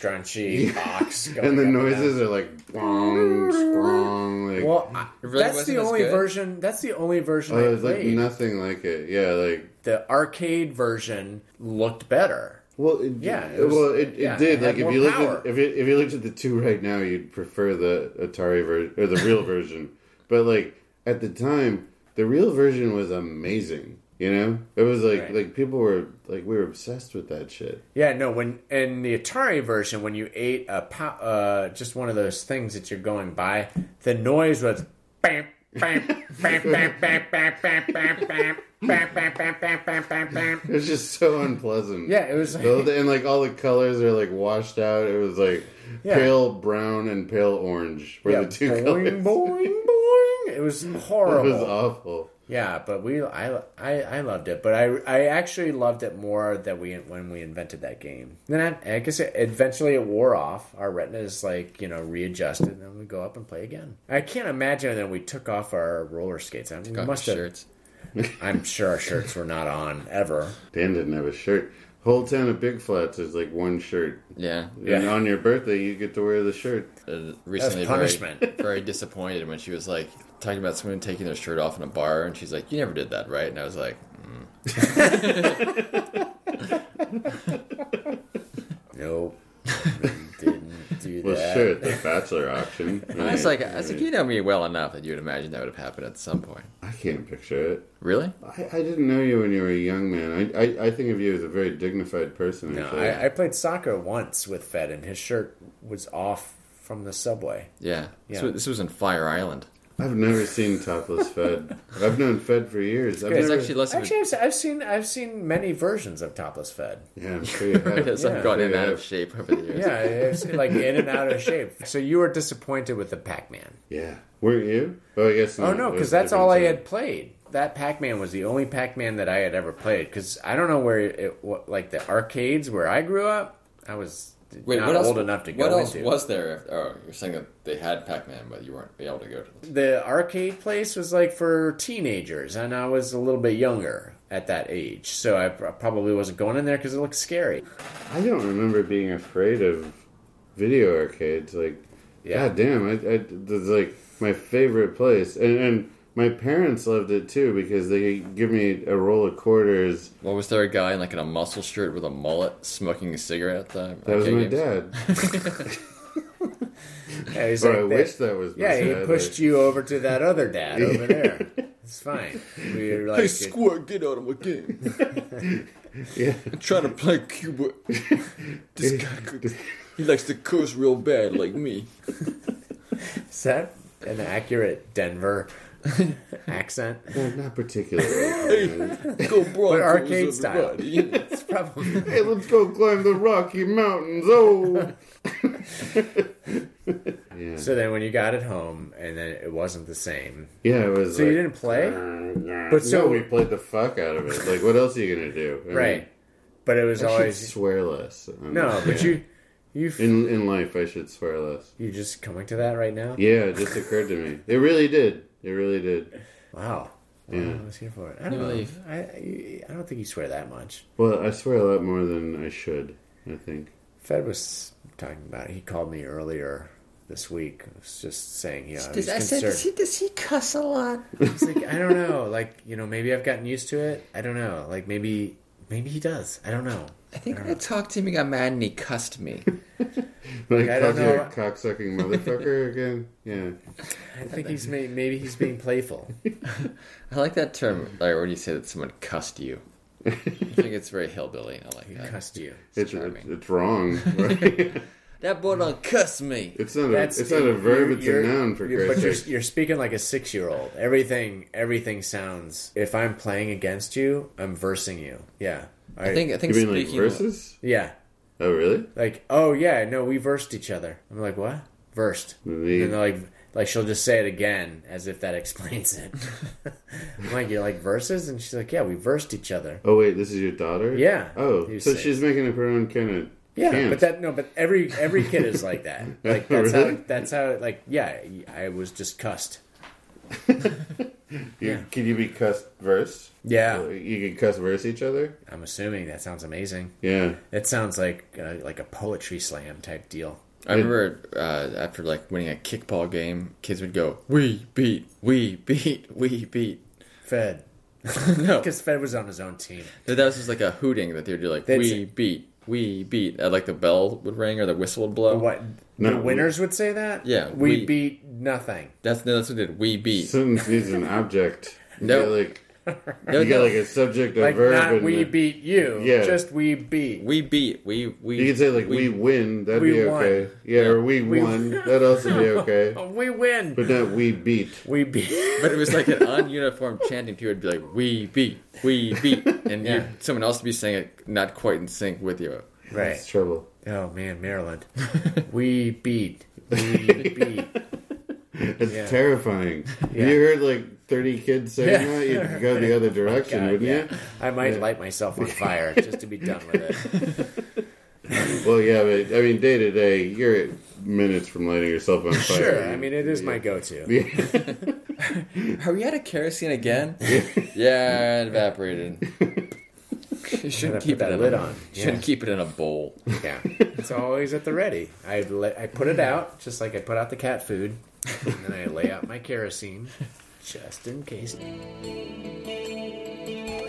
G: like
F: scrunchy box, going
G: and the
F: up down.
G: noises are like bong, squong, like
F: Well, I-
H: really
F: that's
H: wasn't
F: the
H: as
F: only
H: good?
F: version. That's the only version.
G: Oh,
F: I
G: there's like
F: played.
G: nothing like it. Yeah, like
F: the arcade version looked better.
G: well, it,
F: Yeah, it was-
G: well, it, it
F: yeah, it
G: did. like
F: had
G: if
F: more
G: you looked
F: power.
G: at, if you, if you looked at the two right now, you'd prefer the Atari version or the real version. But like at the time, the real version was amazing. You know, it was like like people were like we were obsessed with that shit.
F: Yeah, no. When in the Atari version, when you ate a po- uh, just one of those things that you're going by, the noise was bam, bam, bam, bam, bam, bam, bam, bam, bam, bam, bam, bam, bam, bam, bam, bam.
G: It was just so unpleasant.
F: Yeah, it was.
G: So the- and like all the colors are like washed out. It was like
F: Yeah.
G: pale brown and pale orange were
F: Yeah,
G: the two
F: boing,
G: colors.
F: boing, boing. It was horrible.
G: It was awful.
F: Yeah, but we I, I I loved it, but I I actually loved it more that we when we invented that game. Then I, I guess it, eventually it wore off. Our retinas like you know readjusted, and then we go up and play again. I can't imagine that we took off our roller skates. I mean, we
G: off
F: must
G: your
F: have. Shirts. I'm sure our shirts were not on ever.
G: Dan didn't have a shirt. Whole town of big flats is like one shirt.
H: Yeah. Uh,
G: And on your birthday, you get to wear the shirt.
H: recently very,
G: punishment.
H: very disappointed when she was like talking about someone taking their shirt off in a bar and she's like you never did that right and i was like mm.
F: nope didn't do
G: Well, sure, at the bachelor auction.
H: i was like i was like you know me well enough that you would imagine that would have happened at some point
G: i can't picture it
H: really
G: I, I didn't know you when you were a young man. I, I, I think of you as a very dignified person.
F: No,
G: actually.
F: I, I played soccer once with Fed, and his shirt was off from the subway.
H: yeah, This,
F: Yeah.
H: was, this was in fire island
G: I've never seen topless Fed. I've known Fed for years. I've
H: It's
G: never-
H: actually less of a
F: Actually, I've, I've seen I've seen many versions of topless Fed.
G: Yeah, I'm sure you have.
H: as
F: Yeah.
H: i've gone in and out of shape over the years
F: Yeah, it's like in and out of shape. So you were disappointed with the Pac-Man.
G: Yeah. Weren't you? Oh, I guess
F: Oh
G: not.
F: no,
G: It
F: because
G: was
F: that's
G: different
F: all I
G: time.
F: had played. That Pac-Man was the only Pac-Man that I had ever played. Because I don't know where it, what, like the arcades where I grew up. I was
H: Wait,
F: not
H: what else,
F: old enough to
H: what
F: go
H: else
F: into.
H: was there? If, oh, you're saying that they had Pac-Man, but you weren't able to go to
F: the arcade place was like for teenagers, and I was a little bit younger at that age, so I pr- probably wasn't going in there because it looked scary.
G: I don't remember being afraid of video arcades. Like,
F: Yeah.
G: god damn, I, I that's like my favorite place, and and my parents loved it too because they give me a roll of quarters.
H: What was there a guy in like in a muscle shirt with a mullet smoking a cigarette? That
G: That was my dad.
F: Yeah, he's
G: Or
F: like
G: I wish that was my
F: yeah. He
G: dad,
F: pushed
G: like-
F: you over to that other dad over there. It's fine. We were like,
H: get out of my game.
G: Yeah.
H: I'm trying to play Cuba. This guy, could- he likes to curse real bad like me.
F: is that an accurate Denver accent?
G: Well, not particularly.
H: Go
F: But arcade style. It's probably
G: hey, let's go climb the Rocky Mountains. Oh, yeah,
F: so. Then when you got it home, and then it wasn't the same.
G: yeah. It was.
F: So you
G: like,
F: didn't play,
G: But
F: But
G: so
F: so-
G: we played the fuck out of it. Like, what else are you gonna do? I mean,
F: right? But it was
G: I should
F: always
G: swear less. Um,
F: no. But
G: yeah.
F: you, you, f-
G: in in life, I should swear less.
F: you just coming to that right now?
G: Yeah, it just occurred to me. It really did. It really did.
F: Wow.
G: Yeah.
F: I was here for it. I don't
H: New
F: know.
H: leaf.
F: I, I I don't think you swear that much.
G: Well, I swear a lot more than I should. I think.
F: Fed was talking about. It. He called me earlier this week. I was just saying, yeah, he's concerned.
M: does he cuss a lot?
F: It's like I don't know. Like you know, maybe I've gotten used to it. I don't know. Like maybe maybe he does. I don't know.
M: I think I talked to him, he got mad and he cussed me.
G: Like,
F: I
G: I
F: don't
G: called you a
F: know.
G: cocksucking motherfucker again. Yeah.
F: I think he's may, maybe he's being playful.
H: I like that term, like when you say that someone cussed you. I think it's very hillbilly. I like that.
F: Cussed you.
G: It's, it's,
H: charming.
G: it's wrong. Right?
H: That boy done cussed me.
G: it's not a it's not a verb. It's a noun for
F: you But
G: Christ's
F: you're,
G: sake.
F: you're speaking like a six year old. Everything everything sounds. If I'm playing against you, I'm versing you. Yeah.
H: I think I
G: You
H: think
G: mean like
H: speaking
G: verses?
F: Yeah.
G: Oh, really?
F: like, oh yeah, no, we versed each other. I'm like, what? Versed.
G: The-
F: And they're like, like she'll just say it again as if that explains it. I'm like, you like verses? And she's like, yeah, we versed each other.
G: Oh, wait. This is your daughter.
F: Yeah.
G: Oh,
F: You
G: so
F: say-
G: she's making up her own kind of.
F: Yeah, but that no, but every every kid is like that. Like that's
G: Really?
F: how that's how like yeah, I was just cussed.
G: You, Can you be cussed verse?
F: Yeah.
G: You can cuss verse each other.
F: I'm assuming that sounds amazing.
G: Yeah.
F: That sounds like uh, like a poetry slam type deal.
H: I remember uh, after like winning a kickball game, kids would go, "We beat, we beat, we beat."
F: Fed,
H: no,
F: because Fed was on his own team.
H: No, That was just like a hooting that they would do, like
F: That's-
H: we beat, we beat. Uh, like the bell would ring or the whistle would blow.
F: What the
G: No, we-
F: winners would say that?
H: Yeah,
F: we,
H: we-
F: beat nothing.
H: That's no, that's what it did. We beat.
G: Sentence needs an object.
H: No.
G: Yeah, like You got like a subject, a
F: Like,
G: verb,
F: not
G: and
F: we
G: a-
F: beat you.
G: Yeah.
F: Just we beat.
H: We beat. We we.
G: you could say like we, win. That'd
F: we
G: be
F: won.
G: okay. Yeah, or we,
F: We- Oh.
G: won. That'd also be okay.
F: we win.
G: But not we beat.
F: We beat.
H: But it was like an ununiform chanting too. It'd be like we beat, we beat, and you, someone else would be saying it not quite in sync with you.
F: Right. It's
G: trouble.
F: Oh man, Maryland. we beat. We beat.
G: It's
F: Yeah.
G: terrifying.
F: Yeah. Oh
G: If you heard like thirty kids saying that, you'd go the other direction,
F: God,
G: wouldn't
F: yeah.
G: you?
F: I might
G: Yeah.
F: light myself on fire just to be done with it.
G: well, yeah, but I mean, day to day, you're at minutes from lighting yourself on fire.
F: Sure, I mean it is my go-to.
H: Are we out of kerosene again? yeah, it evaporated. You shouldn't
F: Gotta put
H: keep
F: that
H: it in
F: lid
H: a,
F: on.
H: you Shouldn't
F: Yeah.
H: keep it in a bowl.
F: Yeah, it's always at the ready. I let, I put it out just like I put out the cat food, and then I lay out my kerosene just in case.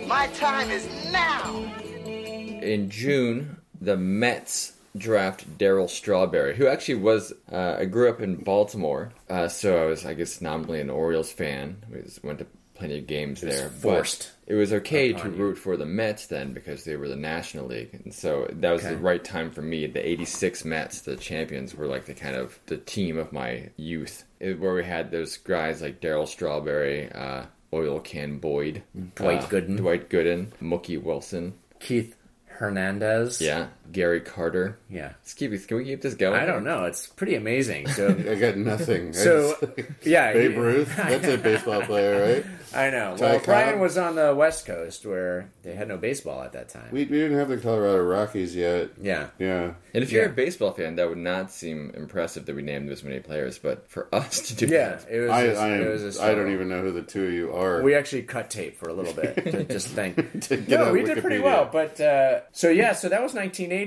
O: My time is now.
H: in June, the Mets draft Daryl Strawberry, who actually was uh, I grew up in Baltimore, uh, so I was I guess nominally an Orioles fan. We just went to plenty of games
F: It was
H: there. but
F: forced
H: It was okay to
F: upon you.
H: root for the Mets then because they were the National League, and so that was the
F: Okay.
H: right time for me. The '86 Mets, the champions, were like the kind of the team of my youth, it, where we had those guys like Daryl Strawberry. Uh, Oil Can Boyd,
F: Dwight
H: uh,
F: Gooden.
H: Dwight Gooden, Mookie Wilson,
F: Keith Hernandez.
H: yeah, Gary Carter.
F: Yeah.
H: Let's keep it- Can we keep this going?
F: I don't know. It's pretty amazing. So
G: I got nothing. I
F: So
G: just-
F: yeah,
G: Babe
F: you-
G: Ruth. That's a baseball player, right?
F: I know.
G: Ty
F: Well,
G: Cobb.
F: Brian was on the West Coast where they had no baseball at that time.
G: We, we didn't have the Colorado Rockies yet.
F: Yeah.
G: Yeah.
H: And if you're a baseball fan, that would not seem impressive that we named this many players. But for us to do
F: Yeah,
H: that,
F: it was.
G: I,
F: just,
G: I,
F: it
G: am-
F: was just
G: I don't even know who the two of you are.
F: We actually cut tape for a little bit to just think.
G: get
F: no,
G: on
F: we did pretty
G: Wikipedia.
F: well. But uh, so yeah, so that was 1980.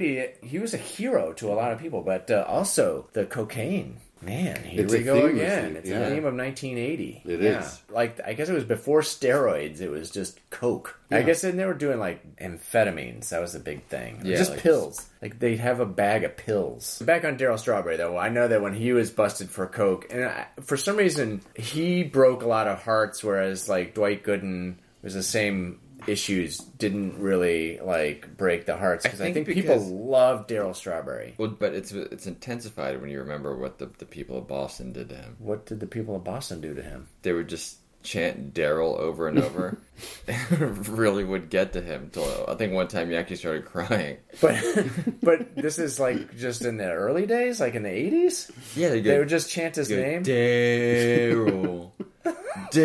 F: He was a hero to a lot of people, but uh, also the cocaine. Man, here
G: It's
F: we
G: a
F: go
G: theme,
F: again.
G: isn't it?
F: It's
G: Yeah.
F: a theme of 1980.
G: It
F: It is
G: is.
F: Like I guess it was before steroids. It was just coke. I
G: Yeah.
F: guess then they were doing like amphetamines. That was the big thing.
H: Yeah,
F: just
H: like-
F: pills. Like they'd have a bag of pills. Back on Daryl Strawberry though, I know that when he was busted for coke, and I, for some reason he broke a lot of hearts, whereas like Dwight Gooden was the same issues didn't really like break the hearts because I think,
H: think because-
F: people love Daryl Strawberry.
H: well, but it's it's intensified when you remember what the, the people of Boston did to him.
F: What did the people of Boston do to him?
H: They would just chant Daryl over and over. really would get to him. Till I think one time he actually started crying.
F: But this is like just in the early days, like in the eighties.
H: Yeah, they,
F: They would just chant his name,
H: Daryl,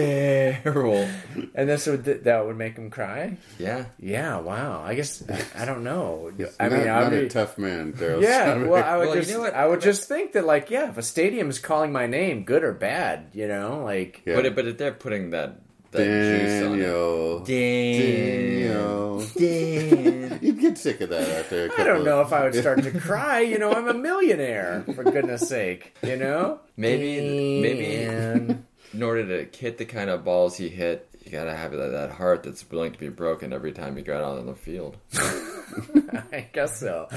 H: Daryl.
F: and this would that would make him cry.
H: Yeah,
F: Yeah, wow. I guess I don't know. I
G: not,
F: mean, I
G: not a
F: would,
G: tough man, Daryl.
F: yeah.
G: Strawberry.
F: Well, I would
H: Well, you
F: just,
H: know what?
F: I would just think that, like, yeah, if a stadium's calling my name, good or bad, you know, like,
G: Yeah.
H: but it, but if they're putting that that juice on it.
G: Daniel. Daniel. Daniel. You'd get sick of that after a couple
F: I don't know
G: of-
F: if I would start to cry. You know, I'm a millionaire for goodness sake. You know,
H: Maybe- maybe-
F: Man.
H: in order to hit the kind of balls he hit, you gotta have that, that heart that's willing to be broken every time you got out on the field.
F: I guess so.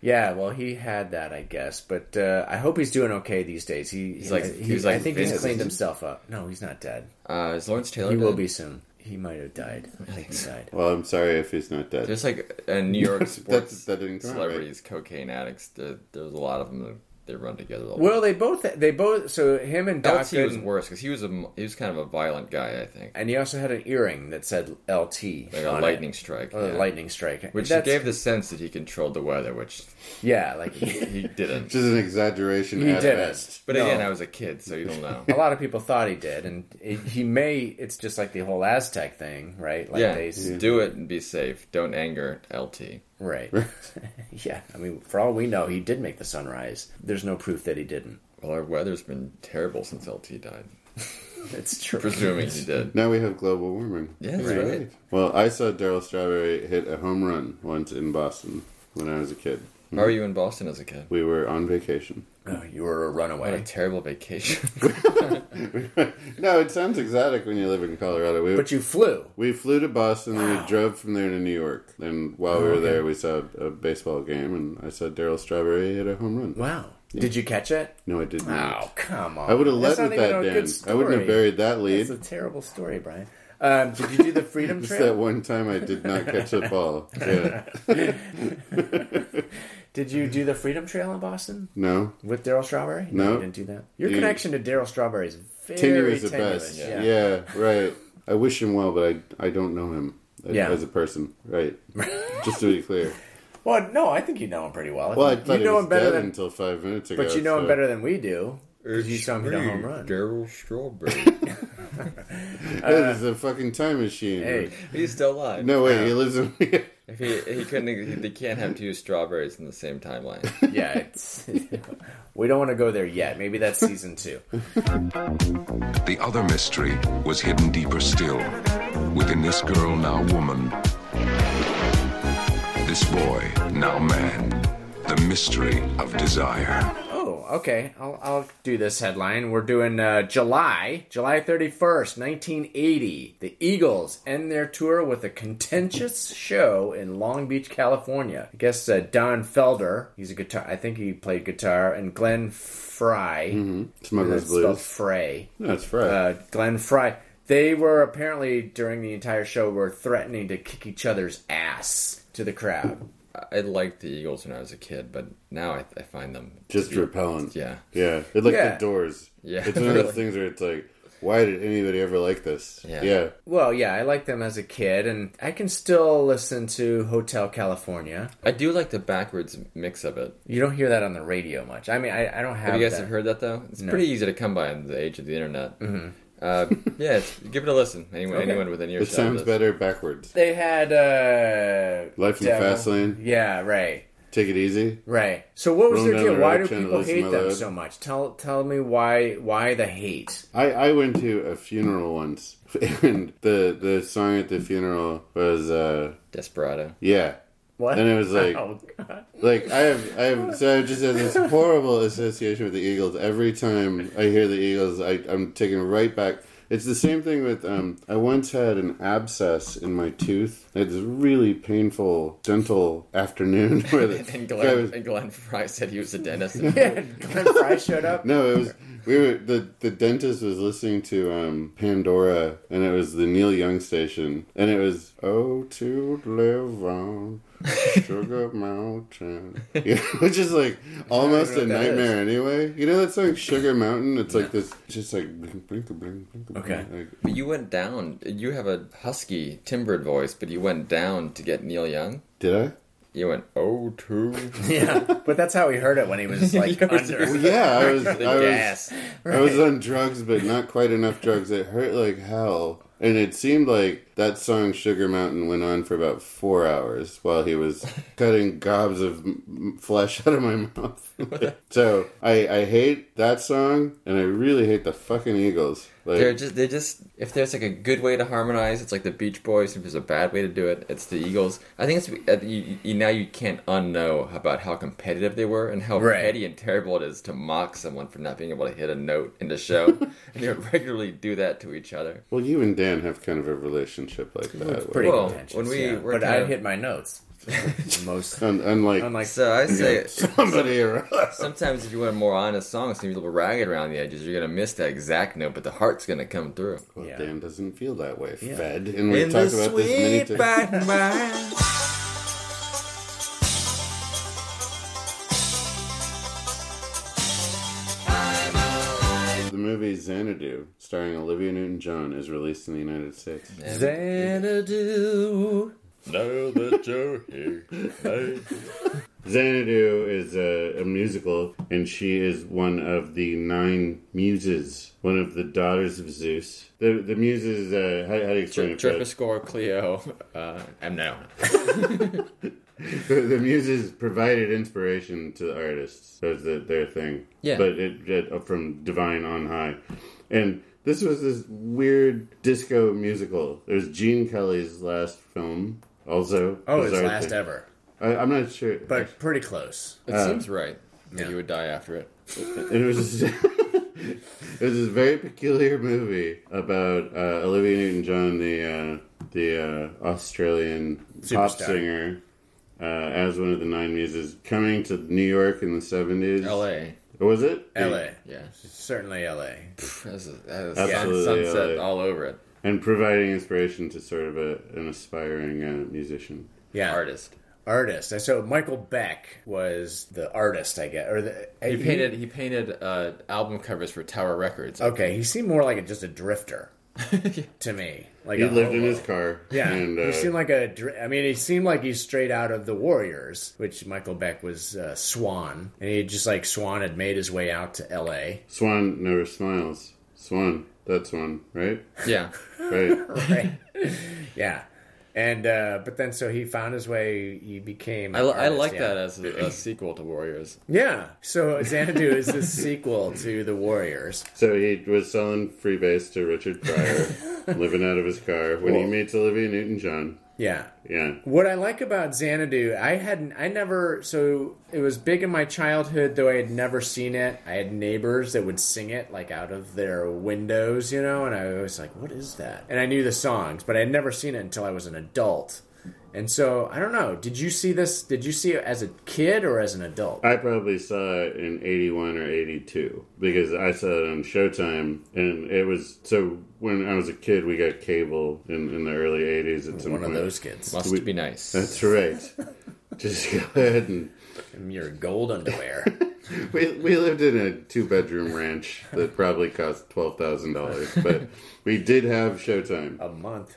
F: Yeah, well, he had that, I guess, but uh, I hope he's doing okay these days. He, he's
H: like-
F: he,
H: he's like
F: I think he's
H: Vince.
F: cleaned himself up. No, he's not dead.
H: Uh, is Lawrence Taylor?
F: He
H: dead?
F: will be soon. He might have died. I think he died.
G: Well, I'm sorry if he's not dead.
H: There's like a New York
G: That's-
H: sports
G: that didn't come out, right?
H: celebrities, cocaine addicts. There, there's a lot of them. That, they run together. all the
F: Well, they both they both so him and Doc
H: LT was
F: Gooden-
H: worse because he was a he was kind of a violent guy. I think
F: and he also had an earring that said LT
H: like a
F: on it.
H: lightning strike,
F: Or a
H: yeah.
F: lightning strike,
H: which
F: That's-
H: gave the sense that he controlled the weather, which
F: yeah, like
H: he didn't.
G: Which is an exaggeration
F: He
G: at
F: did
G: best.
H: But
F: No. Oh,
H: again, I was a kid, so you don't know.
F: a lot of people thought he did, and it, he may. It's just like the whole Aztec thing, right? Like
H: yeah,
F: they,
H: do it and be safe. Don't anger LT.
F: right? yeah, I mean, for all we know, he did make the sunrise. There's no proof that he didn't.
H: Well, our weather's been terrible since LT died.
F: It's true.
H: Presuming he did.
G: Now we have global warming.
H: Yeah, that's
F: Right.
H: right.
G: Well, I saw Daryl Strawberry hit a home run once in Boston when I was a kid.
F: Mm-hmm.
H: How were you in Boston as a kid?
G: We were on vacation.
F: Oh, you were a
H: What a
F: runaway,
H: terrible vacation.
G: No, it sounds exotic when you live in Colorado. We,
F: but you flew.
G: we flew to Boston and we drove from there to New York. And while
F: Oh,
G: we were there, we saw a baseball game, and I saw Daryl Strawberry hit a home run.
F: Wow. Did you catch it?
G: No, I did not.
F: Oh, come on!
G: I would have led
F: That's
G: with
F: not even
G: that,
F: a
G: Dan.
F: good
G: I wouldn't have
F: story.
G: buried that lead.
F: It's a terrible story, Brian. Um, did you do the Freedom
G: Just
F: Trail?
G: that one time I did not catch a ball. Yeah.
F: did you do the Freedom Trail in Boston
G: No.
F: with Daryl Strawberry?
G: No.
F: you didn't do that. Your
G: You-
F: connection to Daryl Strawberry is very
G: Tenure is the
F: tenuous,
G: best.
F: Yeah.
G: Yeah. right. I wish him well, but I, I don't know him as,
F: Yeah.
G: as a person. Right. Just to be clear.
F: Well, no, I think you know him pretty well. I
G: Well, I
F: think
G: thought
F: you know
G: he was
F: him better
G: dead
F: than
G: until five minutes ago.
F: but you know him
G: so-
F: better than we do. 'cause You saw him hit a home run.
M: Daryl Strawberry.
G: That is a fucking time machine.
H: Hey, he's still alive.
G: No, wait, he lives in.
H: If he, he couldn't, he, they can't have two strawberries in the same timeline.
F: yeah, it's, we don't want to go there yet. Maybe that's season two.
A: The other mystery was hidden deeper still within this girl, now woman, this boy, now man. The mystery of desire.
F: Oh, okay. I'll, I'll do this headline. We're doing uh, July, July 31st, 1980. The Eagles end their tour with a contentious show in Long Beach, California. I guess uh, Don Felder, he's a guitar. I think he played guitar, and Glenn Fry.
G: Smuggler's
F: That's spelled
G: Mm-hmm, Blues.
F: Frey.
G: No, it's Frey.
F: Uh, Glenn Fry. They were apparently during the entire show were threatening to kick each other's ass to the crowd.
H: I liked the Eagles when I was a kid, but now I, I find them to
G: Just
H: be-
G: repellent.
H: Yeah,
G: Yeah. It like
F: Yeah.
G: the doors.
H: Yeah.
G: It's one of those things where it's like, why did anybody ever like this? Yeah. yeah.
F: Well, yeah, I liked them as a kid, and I can still listen to Hotel California.
H: I do like the backwards mix of it.
F: You don't hear that on the radio much. I mean, I, I don't have.
H: Have you guys
F: that.
H: have heard that though? It's
F: No.
H: pretty easy to come by in the age of the internet.
F: Mhm.
H: Uh, yeah, it's, give it a listen. Anyone,
F: Okay.
H: anyone with an
G: It
H: earshot.
G: sounds
H: of this.
G: better backwards.
F: They had uh,
G: Life in
F: Devil-
G: Fast Lane.
F: Yeah, right,
G: Take it easy.
F: right. So, what was their
G: Rolling down
F: deal?
G: the
F: Why
G: road,
F: do
G: trying to
F: people
G: loosen
F: hate
G: my
F: them
G: load.
F: so much? Tell tell me why why the hate?
G: I, I went to a funeral once, and the the song at the funeral was uh
H: Desperado.
G: yeah.
F: What?
G: And it was like,
F: oh god,
G: like I have, I have. So I just have this horrible association with the Eagles. Every time I hear the Eagles, I, I'm taken right back. It's the same thing with. Um, I once had an abscess in my tooth. I had this really painful dental afternoon where the
H: and,
G: guy
H: Glenn,
G: was
H: and Glenn Fry said he was a dentist.
F: Glenn Fry showed up.
G: No, it was we were the the dentist was listening to um Pandora and it was the Neil Young station and it was oh to live on Sugar Mountain, you know, which is like almost a
F: what that
G: nightmare anyway. You know that song Sugar Mountain? It's like this, just like blink, blink, blink, blink, blink,
F: Okay.
G: like-
H: But you went down. You have a husky, timbered voice, but you went down to get Neil Young.
G: did I?
H: You went oh two.
F: Yeah, but that's how he heard it when he was like under.
G: Well, yeah, I was, I
H: The
G: was,
H: gas.
G: I was on drugs, but not quite enough drugs. It hurt like hell, and it seemed like that song "Sugar Mountain" went on for about four hours while he was cutting gobs of m- m- flesh out of my mouth. so I, I hate that song, and I really hate the fucking Eagles. Like,
H: They're just they just if there's like a good way to harmonize, it's like the Beach Boys. If there's a bad way to do it, it's the Eagles. I think it's uh, you, you, now you can't unknow about how competitive they were and how
F: Right.
H: petty and terrible it is to mock someone for not being able to hit a note in the show, and they regularly do that to each other.
G: well, you and Dan have kind of a relationship like that.
F: Pretty
H: Well,
F: contentious.
H: when we
F: yeah.
H: were
F: but
H: kind
F: I
H: of-
F: hit my notes. Most
G: Un- unlike
F: unlike
H: So I say
G: somebody around.
H: sometimes if you want a more honest song, it's gonna be a little ragged around the edges. You're gonna miss that exact note, but the heart's gonna come through.
G: Well,
F: Yeah.
G: Dan doesn't feel that way,
F: Yeah.
G: Fed, and we've talked about this many times.
H: back mind.
G: The movie Xanadu, starring Olivia Newton John, is released in the United States.
F: Xanadu.
H: Know that you're here.
G: Xanadu is a, a musical, and she is one of the nine muses, one of the daughters of Zeus. The the muses, uh, how, how do you explain it? Fred?
H: score Cleo. Uh, I'm no.
G: the, the muses provided inspiration to the artists. That was the, their thing.
H: Yeah.
G: But it, it from divine on high, and this was this weird disco musical. It was Gene Kelly's last film, also.
F: Oh, it's
G: bizarre
F: last
G: thing.
F: ever,
G: I, I'm not sure,
F: but pretty close.
H: It seems right. that You would die after it.
G: And it was this, it was this very peculiar movie about uh, Olivia Newton-John, the uh, the uh, Australian pop
F: Superstar.
G: singer, uh, as one of the nine muses, coming to New York in the seventies.
H: L.A.
G: was it
F: L.A.
H: Yeah.
F: Certainly L.A.
H: That was, that was
G: Absolutely
H: sunset
G: LA.
H: all over it.
G: and providing inspiration to sort of a, an aspiring uh, musician.
F: Yeah. Artist. Artist. And so Michael Beck was the artist, I guess. Or the,
H: He painted he painted uh, album covers for Tower Records.
F: Okay, he seemed more like a, just a drifter to me. Like
G: he
F: a
G: lived in
F: hobo.
G: his car.
F: oh, Yeah,
G: and, uh,
F: he seemed like a. dr- I mean, he seemed like he's straight out of the Warriors, which Michael Beck was uh, Swan, and he just like Swan had made his way out to L.A.
G: Swan never smiles. Swan, that's one, right?
H: Yeah.
G: right.
F: right? yeah, and uh, but then so he found his way. He became.
H: I,
F: an
H: li- I
F: artist,
H: like
F: yeah.
H: that as a, a sequel to Warriors.
F: Yeah, so Xanadu is the sequel to the Warriors.
G: So he was selling freebase to Richard Pryor, living out of his car when he
F: Well-
G: meets Olivia Newton-John.
F: Yeah,
G: Yeah.
F: What I like about Xanadu, I hadn't, I never, so it was big in my childhood, though I had never seen it. I had neighbors that would sing it like out of their windows, you know, and I was like, what is that? And I knew the songs, but I had never seen it until I was an adult. And so, I don't know, did you see this, did you see it as a kid or as an adult?
G: I probably saw it in 81 or 82 because I saw it on Showtime. And it was so when I was a kid, we got cable in, in the early 80s. At some
F: One of
G: point.
F: those kids.
H: Must
G: We-
H: be nice.
G: That's right. Just go ahead and.
F: In your gold underwear.
G: We, we lived in a two bedroom ranch that probably cost twelve thousand dollars, but we did have Showtime.
F: A month.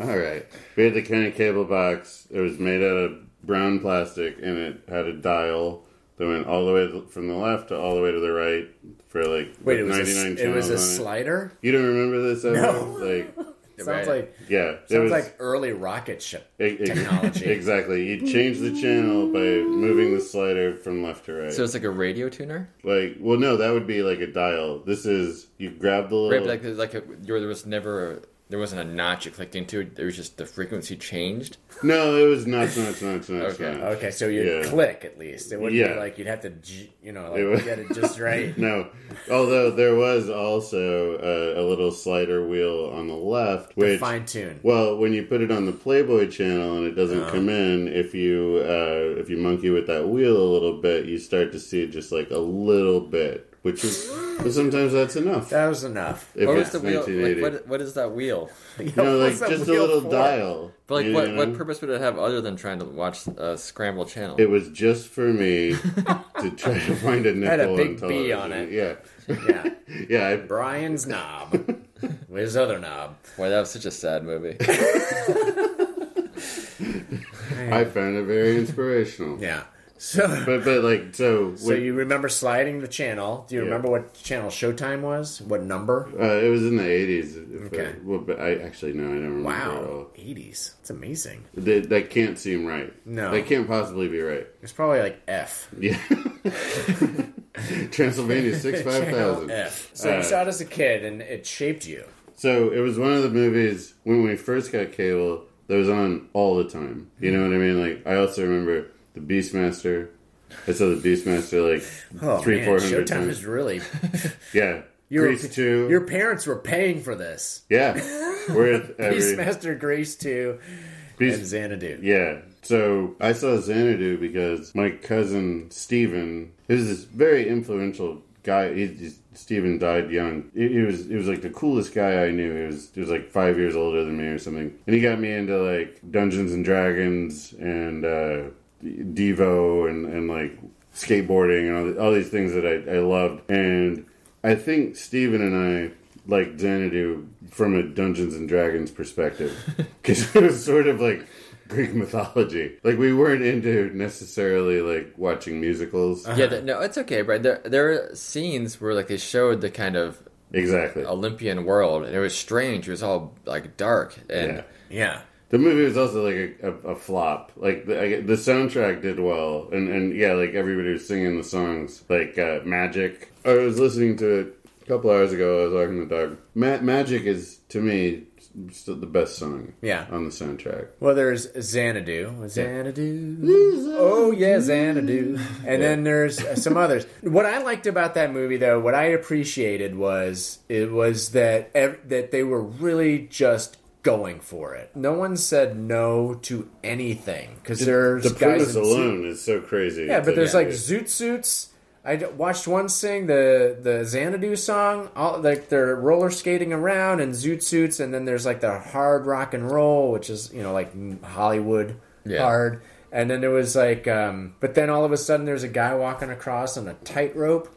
G: All right. We had the kind of cable box. It was made out of brown plastic, and it had a dial that went all the way from the left to all the way to the right for like
F: Wait, it was, a,
G: 99
F: s- it was a
G: channels on it.
F: slider?
G: You don't remember this? Ever?
F: No.
G: Like
F: Sounds
G: Right.
F: like,
G: yeah, it
F: sounds
G: was-
F: like early rocket ship
G: e- e-
F: technology.
G: Exactly. You change the channel by moving the slider from left to right.
H: So it's like a radio tuner?
G: like, well, no, that would be like a dial. This is you grab the
H: Right,
G: little.
H: but like, there's like a, there there was never, there wasn't a notch you clicked into. There was just the frequency changed.
G: no, it was not, not, not, not.
H: Okay.
F: Okay, so you would
G: Yeah.
F: click at least. It wouldn't
G: Yeah.
F: be like you'd have to, j- you know,
G: It
F: like
G: was-
F: get it just right.
G: No, although there was also a, a little slider wheel on the left, which
F: fine tune.
G: Well, when you put it on the Playboy channel and it doesn't
F: Oh.
G: come in, if you uh, if you monkey with that wheel a little bit, you start to see just like a little bit, which is but sometimes that's enough.
F: That was enough.
G: If
H: what was
G: it's
H: the wheel? Like,
G: 1980.
H: what, what is that wheel?
G: you know, like
F: What's that
G: just a
F: wheel
G: little
F: for?
G: dial.
H: But like,
G: you
H: what,
G: know?
H: what purpose would it have other than trying to watch a scramble channel?
G: It was just for me to try to find a nipple
F: Had a
G: on
F: big
G: television.
F: B on it.
G: Yeah,
F: Yeah.
G: yeah. I,
F: Brian's knob. Where's other knob?
H: Boy, that was such a sad movie.
G: I found it very inspirational.
F: Yeah. So,
G: But but like so,
F: so you remember sliding the channel? Do you remember what channel Showtime was? What number?
G: uh, it was in the eighties.
F: Okay.
G: well, but I actually no, I don't remember. At
F: Wow,
G: all.
F: eighties. It's amazing.
G: That, that can't seem right.
F: No.
G: that can't possibly be right.
F: It's probably like F.
G: Yeah. Transylvania six five
F: Channel
G: thousand.
F: F. So you saw it as a kid, and it shaped you.
G: So it was one of the movies when we first got cable that was on all the time. You know what I mean? Like I also remember the Beastmaster. I saw the Beastmaster like
F: Oh
G: three
F: man,
G: four hundred
F: Showtime
G: times.
F: is really.
G: Yeah.
F: Your,
G: Grease two.
F: your parents were paying for this.
G: yeah. Worth every
F: Beastmaster Grace 2
G: Beast-
F: and Xanadu.
G: Yeah. So I saw Xanadu because my cousin Steven, who's this very influential guy. He, he's- Steven died young. He, he was he was like the coolest guy I knew. He was he was like five years older than me or something, and he got me into like Dungeons and Dragons and uh, Devo and and like skateboarding and all, the- all these things that I, I loved. And I think Steven and I like Xanadu from a Dungeons and Dragons perspective because it was sort of like Greek mythology. Like we weren't into necessarily like watching musicals.
F: Uh-huh.
H: yeah, th no, it's okay, Brad. There, there are scenes where like they showed the kind of
G: Exactly.
H: Olympian world, and it was strange. It was all like dark, and
G: Yeah.
F: Yeah.
G: The movie was also like a, a, a flop. Like the, I, the soundtrack did well, and and yeah, like everybody was singing the songs like uh, Magic. I was listening to it a couple hours ago. I was walking the dog. Ma- Magic is to me still the best song.
F: Yeah.
G: on the soundtrack.
F: Well, there's Xanadu. Xanadu. Oh, yeah, Xanadu. And then there's uh, some others. What I liked about that movie, though, what I appreciated was it was that ev- that they were really just going for it. No one said no to anything because there's
G: The
F: guys
G: premise
F: in
G: alone is so crazy.
F: Yeah,
G: to
F: but there's
G: me.
F: like zoot suits I d- watched one sing the the Xanadu song. All like they're roller skating around in zoot suits, and then there's like the hard rock and roll, which is you know like Hollywood
H: Yeah.
F: hard. And then it was like, um, but then all of a sudden there's a guy walking across on a tightrope.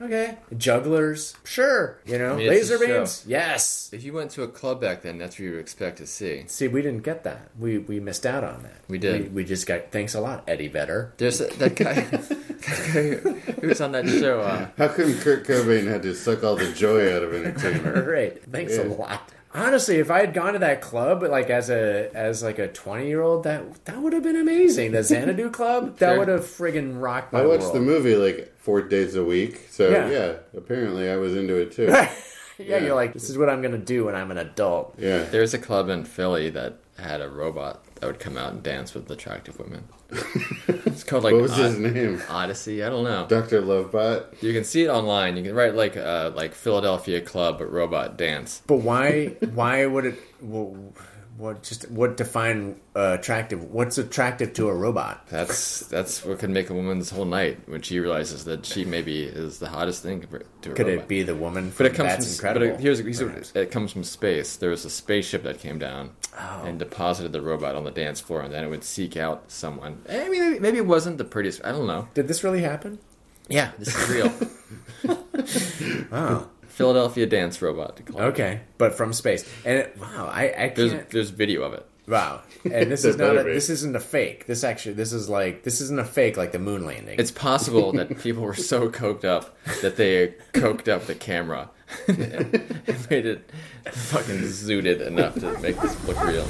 F: Okay, jugglers, sure, you know,
H: I mean, it's
F: laser
H: a show.
F: beams, yes.
H: If you went to a club back then, that's what you would expect to see.
F: See, we didn't get that. We we missed out on that.
H: We did.
F: We, we just got thanks a lot, Eddie Vedder.
H: There's that, that guy, that guy who was on that show. Uh,
G: How come Kurt Cobain had to suck all the joy out of entertainment?
F: Right. Thanks a
G: Yeah.
F: lot. Honestly, if I had gone to that club like as a as like a twenty year old, that that would have been amazing. The Xanadu club, that
G: Sure.
F: would have friggin' rocked my
G: I watched
F: world.
G: the movie like four days a week, so
F: Yeah.
G: yeah, apparently I was into it too.
F: Yeah, you're like, this is what I'm gonna do when I'm an adult.
G: Yeah.
H: There was a club in Philly that had a robot that would come out and dance with attractive women. it's called like
G: What was
H: Od-
G: his name?
H: Odyssey. I don't know.
G: Doctor Lovebot.
H: You can see it online. You can write like uh, like Philadelphia club but robot dance.
F: But why why would it? wh- What just what define uh, attractive? What's attractive to a robot?
H: That's that's what could make a woman's whole night when she realizes that she maybe is the hottest thing compared to a
F: Could
H: robot.
F: it be the woman?
H: But
F: From
H: it comes
F: That's
H: from
F: incredible.
H: But it, here's, here's what- it comes from space. There was a spaceship that came down
F: Oh.
H: and deposited the robot on the dance floor, and then it would seek out someone. I mean, maybe, maybe it wasn't the prettiest. I don't know.
F: Did this really happen?
H: Yeah, this is real.
F: Oh,
H: Philadelphia dance robot.
F: okay, but from space. And it, wow, I, I can't.
H: There's there's video of it.
F: Wow, and this
H: There
F: is not a,
H: better be.
F: this isn't a fake. This actually this is like this isn't a fake like the moon landing.
H: It's possible that people were so coked up that they coked up the camera and made it fucking zooted enough to make this look real.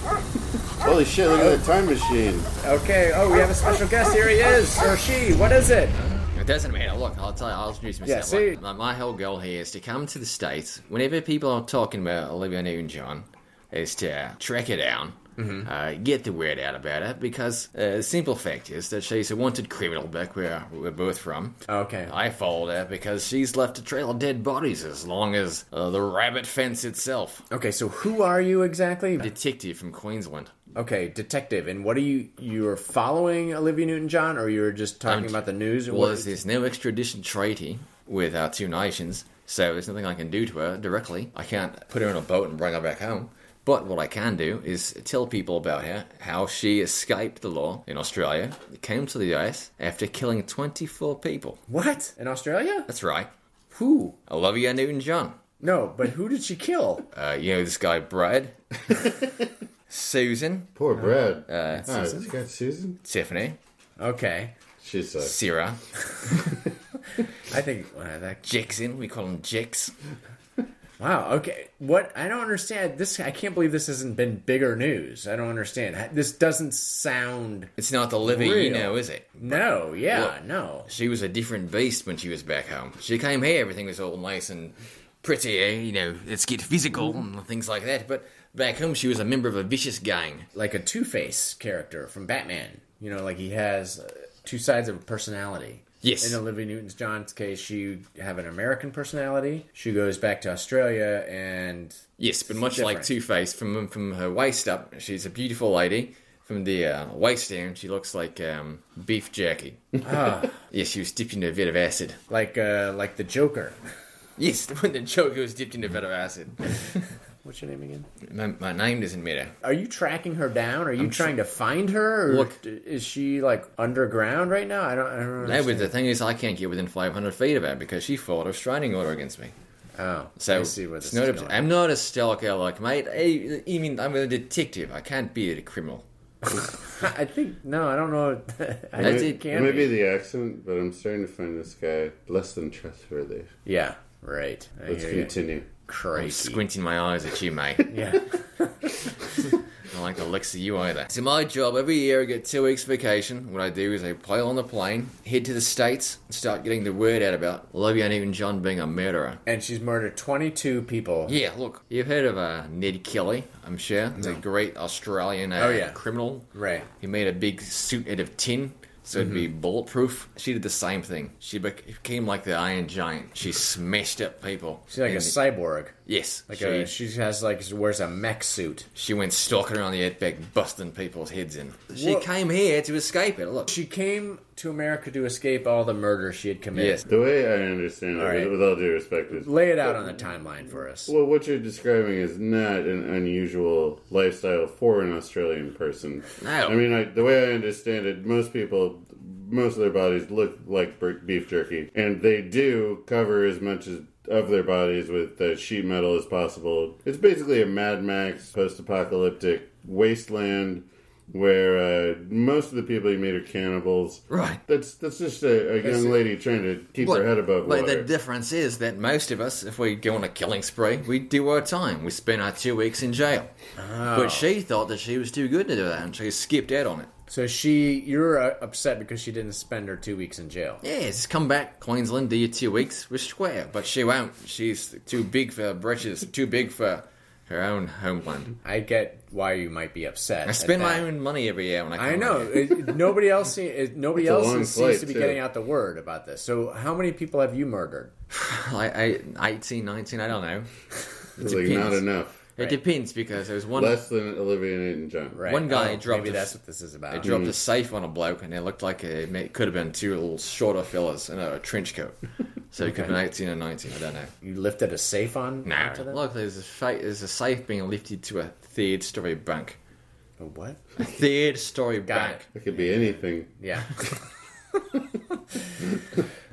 G: Holy shit! Look at that time machine.
F: okay. Oh, we have a special guest. Here he is or she. What is it?
H: It doesn't matter. Look, I'll tell you, I'll introduce myself.
F: Yeah, see?
H: Like, my whole goal here is to come to the States. Whenever people are talking about Olivia Newton John, is to track her down,
F: Mm-hmm.
H: uh, get the word out about her, because uh, the simple fact is that she's a wanted criminal back where we're both from.
F: Okay.
H: I followed her because she's left a trail of dead bodies as long as uh, the rabbit fence itself.
F: Okay, so who are you exactly?
H: Detective from Queensland.
F: Okay, detective. And what are you? You're following Olivia Newton-John, or you're just talking
H: I'm-
F: about the news? Or
H: Well,
F: what?
H: there's, there's no extradition treaty with our two nations, so there's nothing I can do to her directly. I can't put her in a boat and bring her back home. But what I can do is tell people about her, how she escaped the law in Australia, came to the US after killing 24 people.
F: What in Australia?
H: That's right.
F: Who?
H: Olivia Newton John.
F: No, but who did she kill?
H: Uh, you know this guy, Brad. Susan.
G: Poor Brad.
H: Uh,
G: Ah, this guy Susan.
H: Tiffany.
F: Okay,
G: She sucks.
H: Sarah.
F: I think uh, that.
H: Jackson. We call him Jix.
F: Wow. Okay. What? I don't understand this. I can't believe this hasn't been bigger news. I don't understand. This doesn't sound.
H: It's not the Olivia you
F: Real.
H: know, is it?
F: No. Yeah.
H: Look.
F: No.
H: She was a different beast when she was back home. She came here, everything was all nice and pretty, eh, you know, let's get physical and things like that. But back home, she was a member of a vicious gang.
F: Like a Two Face character from Batman. You know, like he has uh, two sides of a personality.
H: Yes.
F: In Olivia Newton John's case, she have an American personality. She goes back to Australia and
H: Yes, but much like
F: Different.
H: Two Face, from from her waist up, she's a beautiful lady. From the uh, waist down, she looks like um, beef jerky. yes, she was dipped in a bit of acid.
F: like uh like the Joker.
H: Yes, when the Joker was dipped in a bit of acid.
F: What's your name again?
H: my, my name doesn't matter.
F: Are you tracking her down? Are you trying to find her? Or
H: Look-
F: d- is she like underground right now? I don't. I don't
H: No, but
F: understand.
H: the thing is, I can't get within 500 feet of her because she filed a restraining order against me.
F: oh,
H: So
F: I see where this
H: it's not
F: is
H: a-
F: going.
H: I'm not a stalker, like mate. I, I mean, I'm a detective. I can't be a criminal.
F: I think no, I don't know. I think
H: That's it.
F: it
G: It
F: can
G: might be
F: be.
G: the accent, but I'm starting to find this guy less than trustworthy.
F: Yeah, right. I
G: Let's
F: hear you.
G: continue.
H: I'm
F: Crikey.
H: squinting my eyes at you, mate. I
F: yeah.
H: don't like the looks of you either. So my job every year, I get two weeks vacation. What I do is I pile on the plane, head to the states, and start getting the word out about Olivia Newton-John being a murderer.
F: And she's murdered 22 people.
H: Yeah, look, you've heard of uh, Ned Kelly, I'm sure. The great Australian uh,
F: Oh, yeah.
H: criminal.
F: Right.
H: He made a big suit out of tin, so it'd be bulletproof. She did the same thing. She became like the Iron Giant. She smashed up people.
F: She's like a
H: And-
F: cyborg.
H: Yes.
F: Like a, she has like wears a mech suit.
H: She went stalking around the outback, busting people's heads in.
M: She came here to escape it. Look,
F: she came to America to escape all the murder she had committed.
H: Yes.
G: The way I understand it,
F: All right.
G: with all due respect, is
F: Lay it out on the timeline for us.
G: Well, what you're describing is not an unusual lifestyle for an Australian person.
H: No.
G: I mean, I, the way I understand it, most people, most of their bodies look like bur- beef jerky, and they do cover as much as of their bodies with uh, sheet metal as possible. It's basically a Mad Max post-apocalyptic wasteland. Where uh, most of the people you meet are cannibals.
H: Right.
G: That's that's just a, a
H: That's-
G: young lady trying to keep
H: Well,
G: her head above
H: but
G: water.
H: the difference is that most of us, if we go on a killing spree, we do our time. We spend our two weeks in jail. But she thought that she was too good to do that, and she skipped out on it.
F: So she, you're uh, upset because she didn't spend her two weeks in jail.
H: Yeah, just come back, Queensland, do your two weeks. We're square. But she won't. She's too big for her britches, too big for her own homeland.
F: I get why you might be upset.
H: I
F: at
H: spend my
F: that.
H: own money every year when I come
F: I know.
H: home.
F: It- nobody else. se- It, nobody
H: It's a
F: else
H: long
F: seems
H: flight,
F: to be
H: too.
F: getting out the word about this. So, how many people have you murdered?
H: I, I, 18, 19, I don't know.
G: It's like not enough.
H: It
G: Right.
H: depends because there was one
G: less than Olivia Newton-John.
H: One guy
F: Oh,
H: dropped.
F: maybe
H: a-
F: that's what this is about.
H: He dropped
F: Mhm.
H: a safe on a bloke, and it looked like it may- could have been two little shorter fellas in a trench coat. So he could have been
F: Okay.
H: eighteen or nineteen. I don't know.
F: You lifted a safe on?
H: No,
F: onto them?
H: look, there's a fa- there's a safe being lifted to a third story bunk.
F: A what?
H: A third story bunk.
G: It could be anything.
F: Yeah.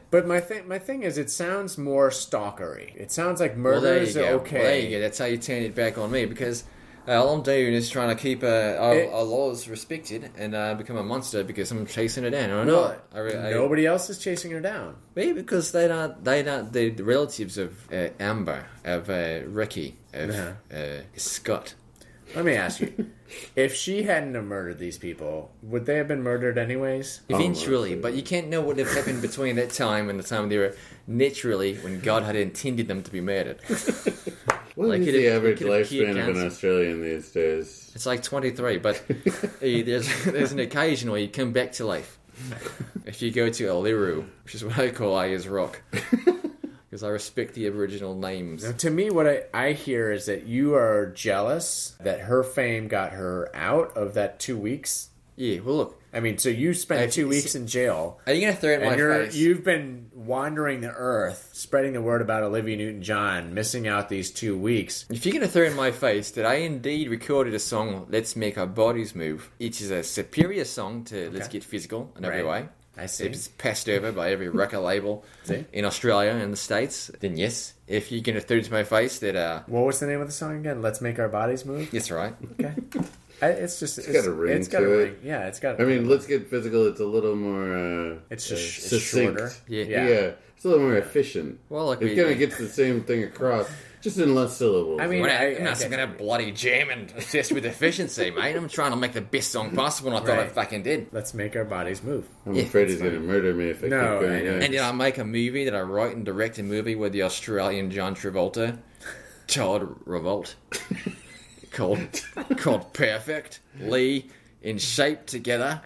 F: but my thing, my thing is, it sounds more stalkery. It sounds like
H: Well, there
F: murders
H: you
F: are
H: go.
F: okay.
H: Well, there you go. That's how you turn it back on me because uh, all I'm doing is trying to keep uh, our,
F: It-
H: our laws respected and uh, become a monster because I'm chasing it down. Or
F: No,
H: not. I, re- I-
F: nobody else is chasing her down.
H: Maybe because they don't, they don't, the relatives of uh, Amber, of uh, Ricky, of
F: Yeah.
H: uh, Scott.
F: Let me ask you: If she hadn't have murdered these people, would they have been murdered anyways?
H: Eventually, but you can't know what have happened between that time and the time they were naturally when God had intended them to be murdered.
G: What
H: Like,
G: is
H: it-
G: the
H: it
G: average
H: could have cured
G: lifespan of an
H: cancer.
G: Australian these days?
H: It's like 23, but eh, there's, there's an occasion where you come back to life. If you go to Uluru, which is what I call Ayers Rock, because I respect the Aboriginal names.
F: Now, to me, what I, I hear is that you are jealous that her fame got her out of that two weeks.
H: Yeah, well, look.
F: I mean, so you spent two weeks in jail.
H: Are you going to throw it in
F: And
H: my
F: you're,
H: face?
F: you've been wandering the earth, spreading the word about Olivia Newton John, missing out these two weeks.
H: If you're going to throw in my face that I indeed recorded a song, Let's Make Our Bodies Move, it is a superior song to Let's Get Physical in every
F: Right.
H: way.
F: I see.
H: If it's passed over by every record label
F: See?
H: in Australia and the States, then yes. If you're going to throw it to my face that, uh,
F: What was the name of the song again? Let's make our bodies move.
H: it's right.
F: Okay, I, it's just it's,
G: got a ring
F: It's got
G: to
F: a
G: it.
F: ring. Yeah, it's got.
G: I mean, let's get physical. It's a little more. Uh,
F: It's
G: uh,
F: just- it's
G: succinct.
F: shorter.
H: Yeah.
G: yeah, It's a little more efficient.
H: Well, like
G: it
H: we-
G: kind of gets the same thing across, just in less syllables.
F: I mean,
H: We're not,
F: I-
H: I, am
F: I
H: not
F: get
H: going to bloody jam and obsessed with efficiency, mate. I'm trying to make the best song possible, and I thought I
F: Right.
H: fucking did.
F: Let's make our bodies move.
G: I'm
H: yeah,
G: afraid
H: it's
G: he's going to murder me if I
F: No,
G: keep
F: I
G: going.
F: know.
G: on.
H: And did I make a movie that I wrote and direct a movie with the Australian John Travolta, Todd Revolt, called called Perfect Lee in Shape Together.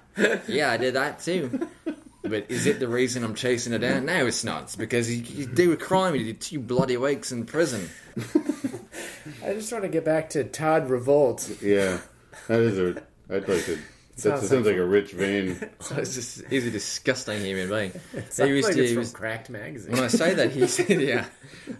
H: Yeah, I did that too. But is it the reason I'm chasing it down? No, it's not. It's because you, you do a crime, you do two bloody weeks in prison.
F: I just want to get back to Todd Revolt.
G: yeah, that is a. I'd like to. That
F: Sounds
G: sounds like a rich vein.
H: It's just, he's a disgusting human being.
F: Sounds
H: He was-
F: like
H: he
F: it's
H: was-
F: from Cracked Magazine.
H: When I say that, he said, yeah,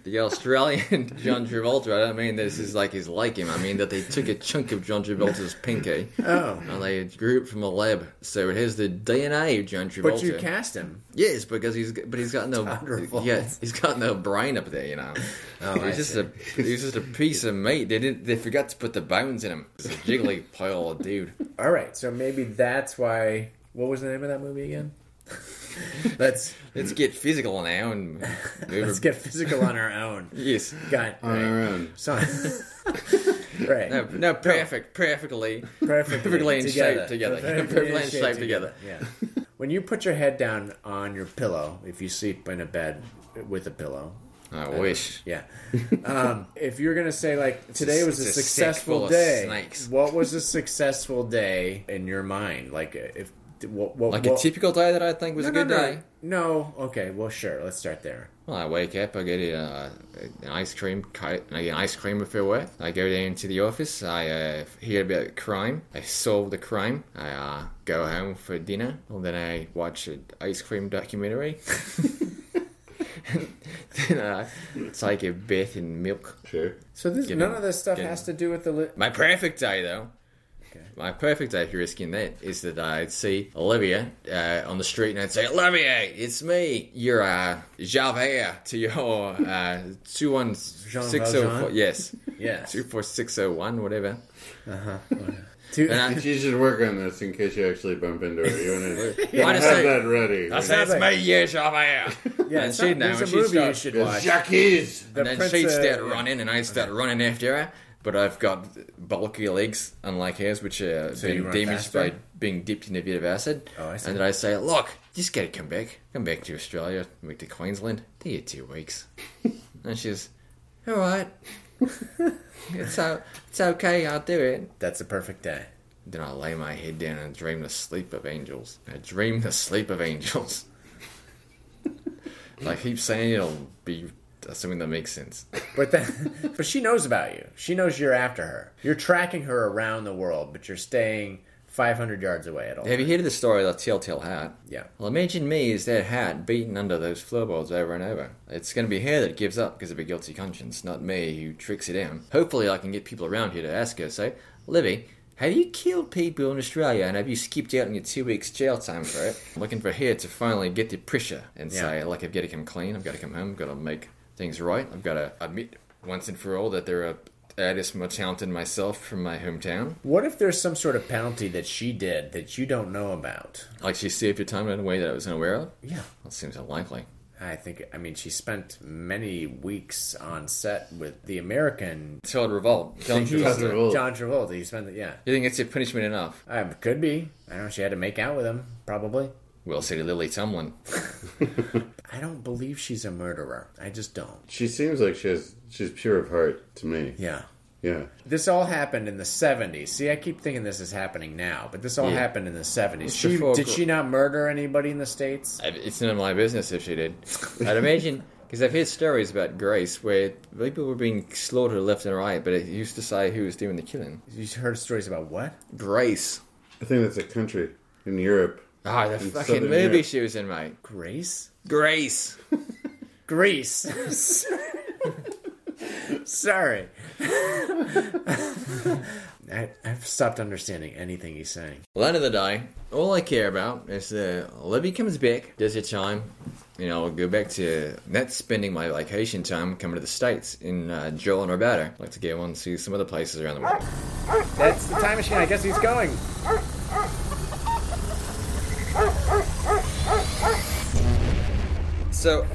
H: the Australian John Travolta, I don't mean this is like he's like him. I mean that they took a chunk of John Travolta's pinky
F: Oh.
H: and they grew it from a lab. So it has the DNA of John Travolta.
F: but you cast him.
H: Yes, because he's but he's got no
F: Travolta.
H: yeah he's got no brain up there, you know.
F: Oh, I
H: he's just a he's just a piece of meat. They didn't they forgot to put the bones in him. It's a jiggly pile of dude.
F: All right, so maybe that's why. What was the name of that movie again? let's
H: Let's get physical now and move
F: let's
H: a-
F: get physical on our own.
H: yes.
F: God,
G: On our own.
F: son. right,
H: No, no, perfect, perfectly,
F: perfectly,
H: perfectly in
F: together.
H: shape together.
F: Perfectly
H: Perfectly in shape together.
F: Yeah. When you put your head down on your pillow, if you sleep in a bed with a pillow,
H: I wish.
F: yeah. Um, if you're gonna say like today was a
H: it's a sack
F: successful
H: full of
F: day,
H: snakes.
F: what was a successful day in your mind? Like if what, what,
H: Like a
F: what-
H: typical day that I think was
F: No,
H: a good
F: no, no.
H: day.
F: No, okay, well, sure, let's start there.
H: Well, I wake up, I get uh, an ice cream, ki- I get an ice cream if it were. I go down to the office, I uh, hear about crime, I solve the crime, I uh, go home for dinner, and then I watch an ice cream documentary. then I take a bath in milk.
G: Sure.
F: So this, none of this stuff has to do with the. Li-
H: My perfect day, though. My perfect day for risking that is that I'd see Olivia uh, on the street and I'd say, Olivia, it's me, your uh, Javert to your uh,
F: Jean
H: 21604.
F: Valjean?
H: Yes.
F: Yes.
H: 24601, whatever.
F: Uh-huh.
H: And I-
G: you should work on this in case you actually bump into her. You want to
H: Why
G: have
H: does it-
G: that ready.
H: I say, it's me, your Javert.
F: Yeah,
H: and
F: it's
H: she'd
F: not-
H: know.
F: there's
H: and
F: a
H: she'd
F: movie you
H: start-
F: should watch.
G: Jackies!
F: The
H: and then
F: Prince,
H: she'd
F: uh,
H: start
F: yeah.
H: running and I'd start running after her. But I've got bulky legs, unlike hers, which are
F: So you
H: being
F: run
H: damaged
F: faster?
H: by being dipped in a bit of acid.
F: Oh, I see.
H: And then I say, look, just gotta come back. Come back to Australia, back to Queensland. Do you two weeks. and she's, all right. it's, o- it's okay, I'll do it.
F: That's a perfect day.
H: Then I lay my head down and dream the sleep of angels. I dream the sleep of angels. I keep saying it'll be something that makes sense.
F: But that, but she knows about you. She knows you're after her. You're tracking her around the world, but you're staying 500 yards away at all.
H: Have you heard of the story of the Telltale Heart?
F: Yeah.
H: Well, imagine me as that heart beaten under those floorboards over and over. It's going to be her that gives up because of a guilty conscience, not me who tricks her down. Hopefully, I can get people around here to ask her, say, Libby, have you killed people in Australia and have you skipped out on your two weeks jail time for it? I'm looking for her to finally get the pressure and
F: Yeah.
H: say, like, I've got to come clean, I've got to come home, I've got to make things right, I've got to admit once and for all that there are artists more talented than myself from my hometown.
F: What if there's some sort of penalty that she did that you don't know about?
H: Like she saved your time in a way that I was unaware of?
F: Yeah.
H: That seems unlikely.
F: I think, I mean, she spent many weeks on set with the American.
H: Told Revolt. John Travolta.
F: John Travolta. He spent, the, yeah.
H: You think it's a punishment enough?
F: I, could be. I don't know. She had to make out with him, probably.
H: We'll see to Lily Tomlin.
F: I don't believe she's a murderer. I just don't.
G: She seems like she has, she's pure of heart to me.
F: Yeah.
G: Yeah.
F: This all happened in the 70s. See, I keep thinking this is happening now, but this all
H: Yeah.
F: happened in the 70s.
H: It's
F: She,
H: before
F: did
H: gr-
F: she not murder anybody in the States?
H: I- It's none of my business if she did. I'd imagine, because I've heard stories about Grace where people were being slaughtered left and right, but it used to say who was doing the killing.
F: You heard stories about what?
H: Grace.
G: I think that's a country in Europe.
H: Ah, the
G: In
H: fucking
G: Southern
H: movie
G: Europe.
H: she was in, mate.
F: Grace?
H: Grace.
F: Greece. Sorry. I, I've stopped understanding anything he's saying.
H: Well, end of the day, all I care about is that Libby comes back, does her time, and I'll go back to not spending my vacation time coming to the States in uh, Joel and Roberta. I'd like to go and see some other places around the world.
F: That's the time machine. I guess he's going.
H: So,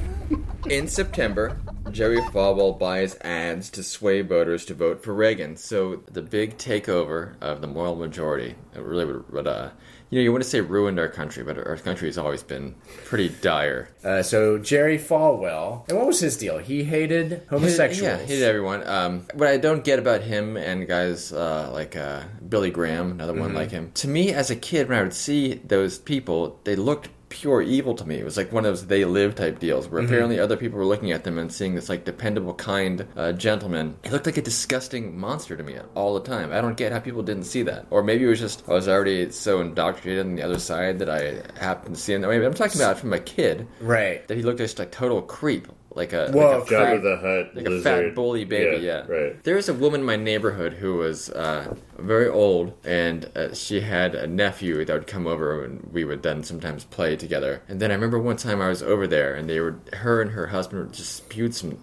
H: in September, Jerry Falwell buys ads to sway voters to vote for Reagan. So, the big takeover of the moral majority it really would, would uh, you know, you want to say ruined our country, but our country has always been pretty dire.
F: Uh, so Jerry Falwell, and what was his deal? He hated homosexuals.
H: Yeah, he did everyone. Um, what I don't get about him and guys uh, like uh, Billy Graham, another one
F: Mhm.
H: like him. To me, as a kid, when I would see those people, they looked pure evil to me. It was like one of those they live type deals where
F: Mhm.
H: apparently other people were looking at them and seeing this like dependable, kind uh, gentleman. He looked like a disgusting monster to me all the time. I don't get how people didn't see that. Or maybe it was just I was already so indoctrinated on the other side that I happened to see him that way. But I'm talking about from a kid.
F: Right.
H: That he looked just like total creep. Like a,
F: Whoa,
H: like a fat-
G: Jabba the Hutt,
H: like a
G: lizard.
H: fat bully baby.
G: Yeah,
H: Yeah,
G: right.
H: There was a woman in my neighborhood who was uh, very old, and uh, she had a nephew that would come over, and we would then sometimes play together. And then I remember one time I was over there, and they were her and her husband were just spewed some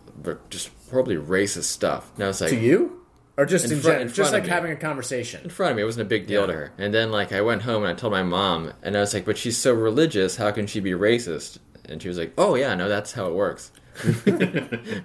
H: just horribly racist stuff. And I was like,
F: to you, or just in,
H: In front-
F: general,
H: in
F: just
H: front of
F: like
H: me.
F: having a conversation.
H: in front of me. It wasn't a big deal to her. And then like I went home and I told my mom, and I was like, "But she's so religious. How can she be racist?" And she was like, "Oh yeah, no, that's how it works."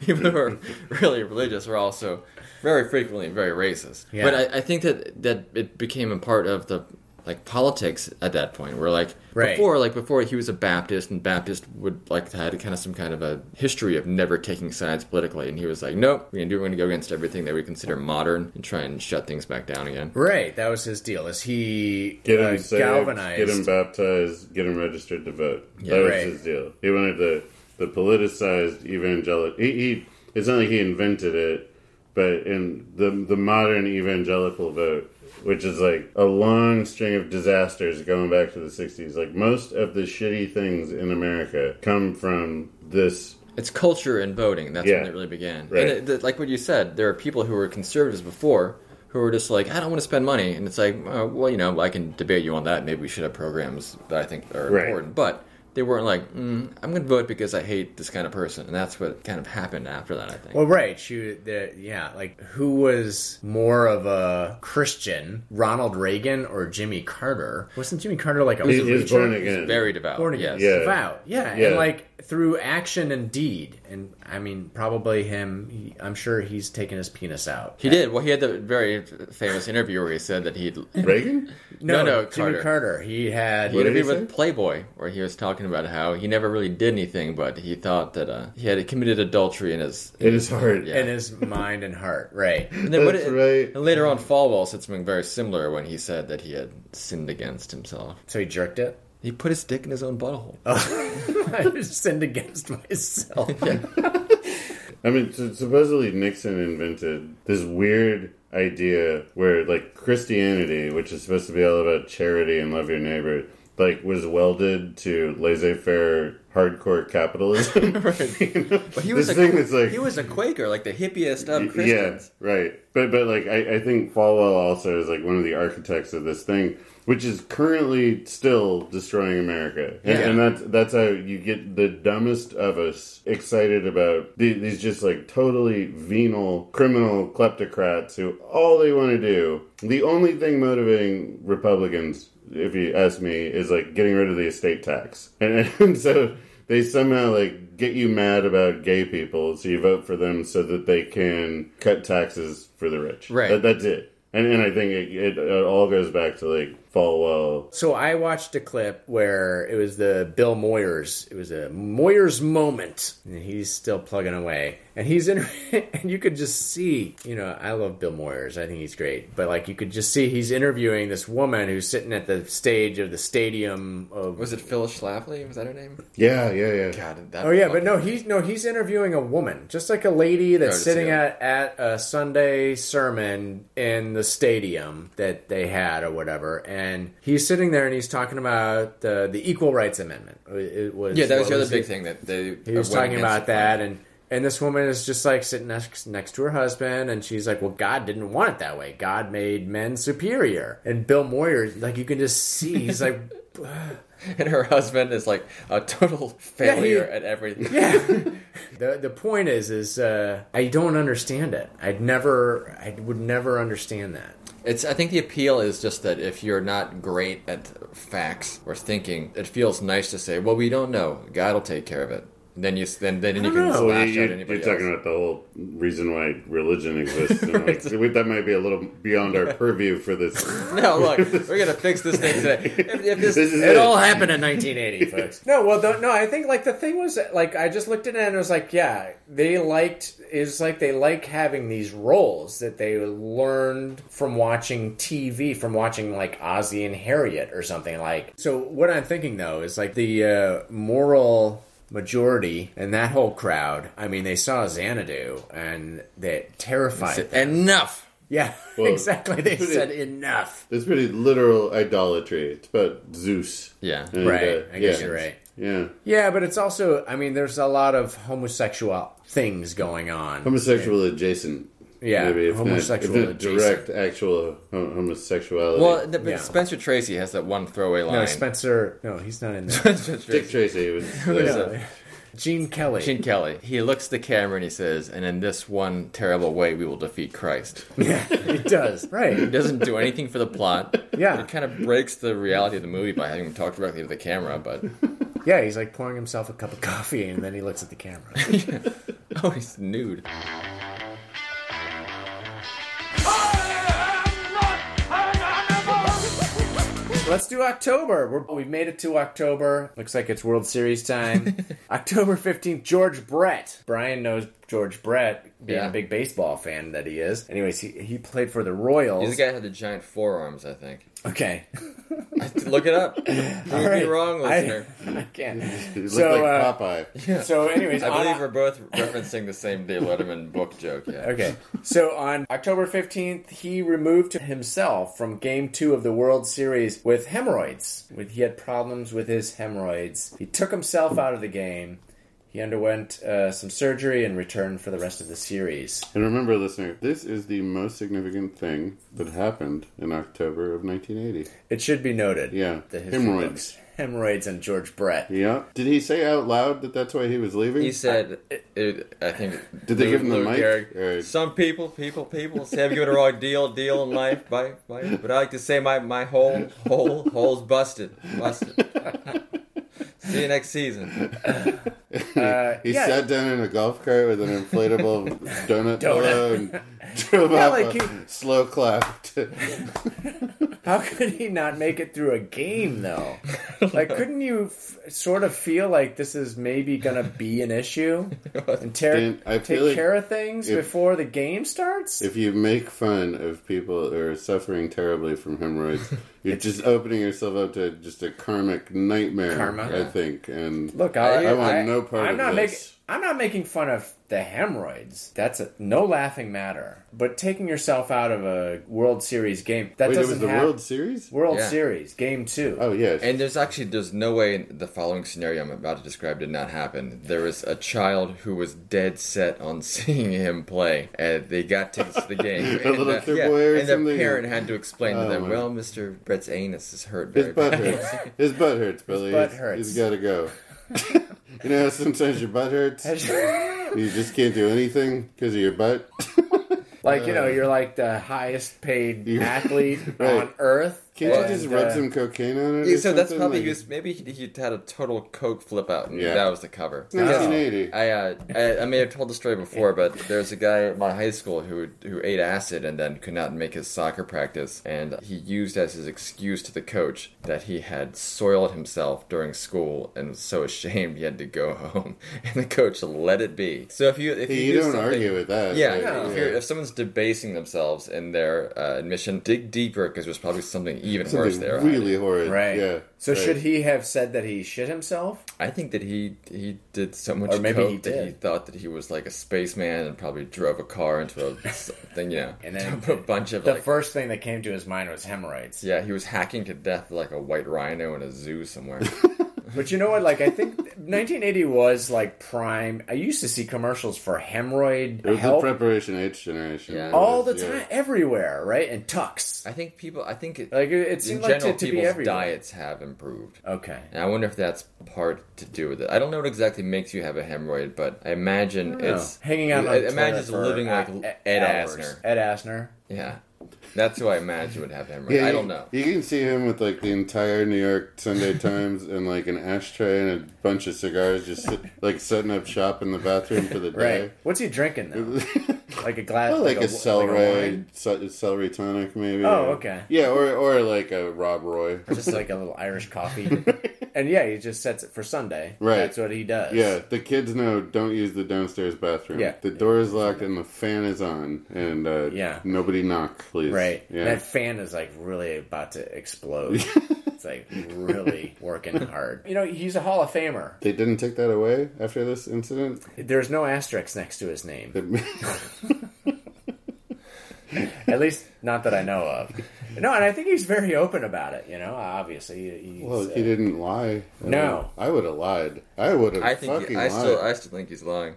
H: People who are really religious are also very frequently very racist.
F: Yeah.
H: But I, I think that that it became a part of the like politics at that point. Where like
F: Right.
H: before, like before he was a Baptist, and Baptist would like had kind of some kind of a history of never taking sides politically, and he was like, nope, we're gonna do, we're gonna go against everything that we consider modern and try and shut things back down again.
F: Right, that was his deal. Is he
G: Get
F: uh,
G: him saved,
F: galvanized?
G: get him baptized, get him registered to vote.
H: Yeah.
G: that was
F: Right.
G: his deal. He wanted the the politicized evangelical. He, he it's not like he invented it, but in the the modern evangelical vote, which is like a long string of disasters going back to the '60s. Like most of the shitty things in America come from this.
H: It's culture and voting. That's
G: Yeah.
H: when it really began.
G: Right.
H: And it, that- like what you said, there are people who were conservatives before who were just like, I don't want to spend money, and it's like, uh, well, you know, I can debate you on that. Maybe we should have programs that I think are
G: Right.
H: important, but. They weren't like, mm, I'm going to vote because I hate this kind of person, and that's what kind of happened after that. I think.
F: Well, right. She, the, yeah, like who was more of a Christian, Ronald Reagan or Jimmy Carter? Wasn't Jimmy Carter like a
G: He- he's
F: preacher?
G: born again.
H: Very devout.
F: Born again,
G: yes. Yeah.
F: devout, yeah.
G: Yeah.
F: and like through action and deed, and I mean, probably him. He, I'm sure he's taken his penis out.
H: He did. Well, he had the very famous interview where he said that he'd
G: Reagan?
H: No, no,
F: Jimmy
H: Carter.
F: Carter. He had
H: He interviewed with Playboy, where he was talking about how he never really did anything, but he thought that uh, he had committed adultery in his
G: In his heart.
H: Yeah.
F: in his mind and heart, right?
H: And then what
G: That's
H: it-
G: right.
H: And later on, Falwell said something very similar when he said that he had sinned against himself.
F: So he jerked it.
H: He put his dick in his own butthole.
G: Oh,
F: I sinned against myself.
G: I mean, so supposedly Nixon invented this weird idea where, like, Christianity, which is supposed to be all about charity and love your neighbor, like, was welded to laissez-faire hardcore capitalism.
H: But he
G: This thing is like-
H: he was a Quaker, like the hippiest of
G: yeah,
H: Christians.
G: right. But but like, I, I think Falwell also is like one of the architects of this thing, which is currently still destroying America. And,
H: Yeah.
G: and that's that's how you get the dumbest of us excited about the- these just like totally venal criminal kleptocrats who all they want to do. The only thing motivating Republicans, if you ask me, is like getting rid of the estate tax, and, and so. They somehow like get you mad about gay people, so you vote for them so that they can cut taxes for the rich.
H: Right.
G: That- that's it. And, and I think it, it, it all goes back to like Falwell
F: So I watched a clip where it was the Bill Moyers. It was a Moyers moment, and he's still plugging away. And he's in, and you could just see, you know, I love Bill Moyers. I think he's great, but like you could just see he's interviewing this woman who's sitting at the stage of the stadium of.
H: Was it Phyllis Schlafly? Was that her name?
G: Yeah, yeah, yeah.
H: God, that
F: Oh yeah, but
H: fucking-
F: no, he's no, he's interviewing a woman, just like a lady that's
H: Notice
F: sitting
H: him.
F: at, at a Sunday sermon in the stadium that they had or whatever, and he's sitting there and he's talking about the the Equal Rights Amendment. It- It was
H: Yeah, that was
F: what
H: the other big
F: it?
H: thing that they.
F: He was
H: went
F: talking
H: against
F: about
H: the
F: that, and and this woman is just like sitting next next to her husband, and she's like, "Well, God didn't want it that way. God made men superior." And Bill Moyer, like you can just see, he's like.
H: and her husband is like a total
F: Yeah, he-
H: failure at everything.
F: The the point is is uh, I don't understand it. I'd never I would never understand that.
H: It's I think the appeal is just that if you're not great at facts or thinking, it feels nice to say, "Well, we don't know. God will take care of it." And then you then then you can
F: know.
G: Well,
H: slash
G: you,
H: out
G: are
H: anybody else.
G: talking about the whole reason why religion exists. and all that. So we- that might be a little beyond our purview for this.
H: no, Oh, look, we're gonna fix this thing today. If, if this,
G: This is
H: it,
G: it.
H: all happened.
F: in 1980, folks. No, well, the, no. I think like the thing was like I just looked at it and I was like, yeah, they liked. It's like they like having these roles that they learned from watching TV, from watching like Ozzy and Harriet or something like. So what I'm thinking though is like the uh, moral majority and that whole crowd. I mean, they saw Xanadu and that terrified. them.
H: Enough.
F: Yeah,
G: Well,
F: exactly. They
G: but it-
F: said enough.
G: It's pretty literal idolatry. It's about Zeus.
H: Yeah.
G: And,
F: Right,
G: uh,
F: I guess
G: yeah.
F: you're right.
G: Yeah.
F: Yeah, but it's also, I mean, there's a lot of homosexual things going on.
G: Homosexual adjacent.
F: Yeah,
G: Maybe if
F: homosexual
G: not, if not direct actual hom- homosexuality.
H: Well, th- but
F: Yeah.
H: Spencer Tracy has that one throwaway line.
F: no, Spencer, no, he's not in there.
H: Spencer Tracy.
G: Dick Tracy was. uh,
H: a-
F: Gene Kelly.
H: Gene Kelly. He looks at the camera and he says, "And in this one terrible way, we will defeat Christ."
F: Yeah, he does.
H: It
F: Right.
H: doesn't do anything for the plot.
F: Yeah.
H: It kind of breaks the reality of the movie by having him talk directly to the camera, but
F: Yeah, he's like pouring himself a cup of coffee and then he looks at the camera.
H: oh, he's nude.
O: I am not an animal!
F: Let's do October. We're, we've made it to October. Looks like it's World Series time. October 15th, George Brett. Brian knows George Brett, being
H: Yeah.
F: a big baseball fan that he is. Anyways, he, he played for the Royals.
H: These guys had the giant forearms, I think.
F: okay.
H: Look it up. You'd
F: right.
H: be wrong,
F: I-
H: listener.
F: I can't.
G: It looked
F: So,
G: like
F: uh,
G: Popeye.
F: So, anyways,
H: I
F: on-
H: believe we're both referencing the same Dave Letterman book joke. Yeah.
F: Okay. So on October 15th, he removed himself from game two of the World Series with hemorrhoids. With- He had problems with his hemorrhoids. He took himself out of the game. He underwent uh, some surgery and returned for the rest of the series.
G: And remember, listener, this is the most significant thing that happened in October of 1980.
F: It should be noted.
G: Yeah.
F: The history
G: Hemorrhoids.
F: books. Hemorrhoids and George Brett.
G: Yeah. Did he say out loud that that's why he was leaving?
H: He said, it, I think.
G: Did they
H: Lou-
G: give him the
H: Lou
G: mic?
H: Gehrig,
G: Or-
H: Some people, people, people say I've given a wrong deal, deal in life, bye, bye. But I like to say my, my whole, whole, hole's busted. Busted. See you next season.
G: he
F: uh, yeah.
G: sat down in a golf cart with an inflatable donut pillow and drove
F: Yeah,
G: off
F: like
G: a
F: he-
G: slow clap. To...
F: How could he not make it through a game, though? Like, couldn't you f- sort of feel like this is maybe going to be an issue? And tear,
G: Dan, I
F: take
G: feel like
F: care of things
G: if-
F: before the game starts?
G: If you make fun of people who are suffering terribly from hemorrhoids, you're just opening yourself up to just a karmic nightmare.
F: Karma.
G: I think. And
F: Look,
G: I,
F: I,
G: want
F: I-
G: no part
F: I'm
G: of
F: not
G: this.
F: making. I'm not making fun of the hemorrhoids. That's a no laughing matter. But taking yourself out of a World Series game that
G: Wait, it
F: doesn't
G: was the
F: hap-
G: World Series.
F: World
H: Yeah.
F: Series game two.
G: Oh yes.
H: And there's actually there's no way the following scenario I'm about to describe did not happen. There was a child who was dead set on seeing him play, and they got tickets to the game.
G: A little
H: and, uh,
G: kid boy or
H: and their
G: something?
H: parent had to explain
G: Oh,
H: to them,
G: my-
H: "Well, Mr. Brett's anus is hurt very
G: His butt
H: badly."
G: hurts. His butt hurts, Billy.
F: butt
G: He's-
F: hurts.
G: he's got to go. you know, how sometimes your butt hurts. you just can't do anything because of your butt.
F: like you know, you're like the highest paid athlete
G: Uh. Right.
F: on earth.
G: Can't you
F: and,
G: just rub
F: uh,
G: some cocaine on it?
H: Yeah,
G: or
H: so that's
G: something?
H: probably
G: Like-
H: he was maybe he, he had a total coke flip out, and
G: Yeah.
H: that was the cover.
G: It's 1980.
H: I, uh, I I may have told the story before, but there's a guy at my high school who who ate acid and then could not make his soccer practice, and he used as his excuse to the coach that he had soiled himself during school and was so ashamed he had to go home, and the coach let it be. So if you if
G: Hey,
H: you,
G: you
H: do
G: don't
H: something-
G: argue with that.
H: yeah,
G: Like,
H: If, you're, if someone's debasing themselves in their uh, admission, dig deeper because there's probably something even worse
G: Something
H: there.
G: really horrid.
F: Right.
G: Yeah.
F: So
G: right.
F: should he have said that he shit himself?
H: I think that he he did so much
F: Or maybe
H: coke
F: he
H: that he
F: did.
H: thought that he was like a spaceman and probably drove a car into a thing, you know,
F: And then
H: a bunch of
F: The
H: like
F: first thing that came to his mind was hemorrhoids.
H: yeah, he was hacking to death like a white rhino in a zoo somewhere.
F: But you know what? Like I think 1980 was like prime. I used to see commercials for hemorrhoid
G: It was
F: help
G: the preparation H generation.
H: Yeah.
G: It
F: all the
G: was, yeah.
F: time, everywhere, right? And tux.
H: I think people, I think it,
F: Like it, it
H: in
F: seemed like
H: general,
F: to, to be
H: people's
F: everywhere.
H: diets have improved.
F: Okay.
H: And I wonder if that's part to do with it. I don't know what exactly makes you have a hemorrhoid, but I imagine it's
F: hanging out. on
H: I imagine
F: Twitter
H: it's
F: for
H: living like
F: hou-
H: Ed
F: hours.
H: Asner.
F: Ed Asner.
H: Yeah, that's who I imagine would have hemorrhoid.
G: Yeah,
H: I
G: you-
H: don't know.
G: You can see him with like the entire New York Sunday Times and like an ashtray and a bunch of cigars, just sit, like setting up shop in the bathroom for the
F: Right.
G: day.
F: What's he drinking though? like a glass.
G: Oh, like, a
F: wine?
G: celery, ce- celery tonic, maybe.
F: Oh,
G: or-
F: okay.
G: Yeah, or or like a Rob Roy.
F: just like a little Irish coffee. and yeah, he just sets it for Sunday.
G: Right.
F: That's what he does.
G: Yeah, the kids know don't use the downstairs bathroom.
F: Yeah.
G: the door is locked and the fan is on, and uh,
F: Yeah.
G: nobody knock, please.
F: Right.
G: Yeah.
F: That fan is like really about to explode. it's like really working hard. You know, he's a Hall of Famer.
G: they didn't take that away after this incident.
F: There's no asterisk next to his name.
G: It-
F: At least, not that I know of. No, and I think he's very open about it. You know, obviously, he- he's,
G: Well,
F: uh,
G: he didn't lie. I
F: No.
G: would- I would have lied. I would have
H: I think
G: fucking
H: I
G: lied.
H: still, I still think he's lying.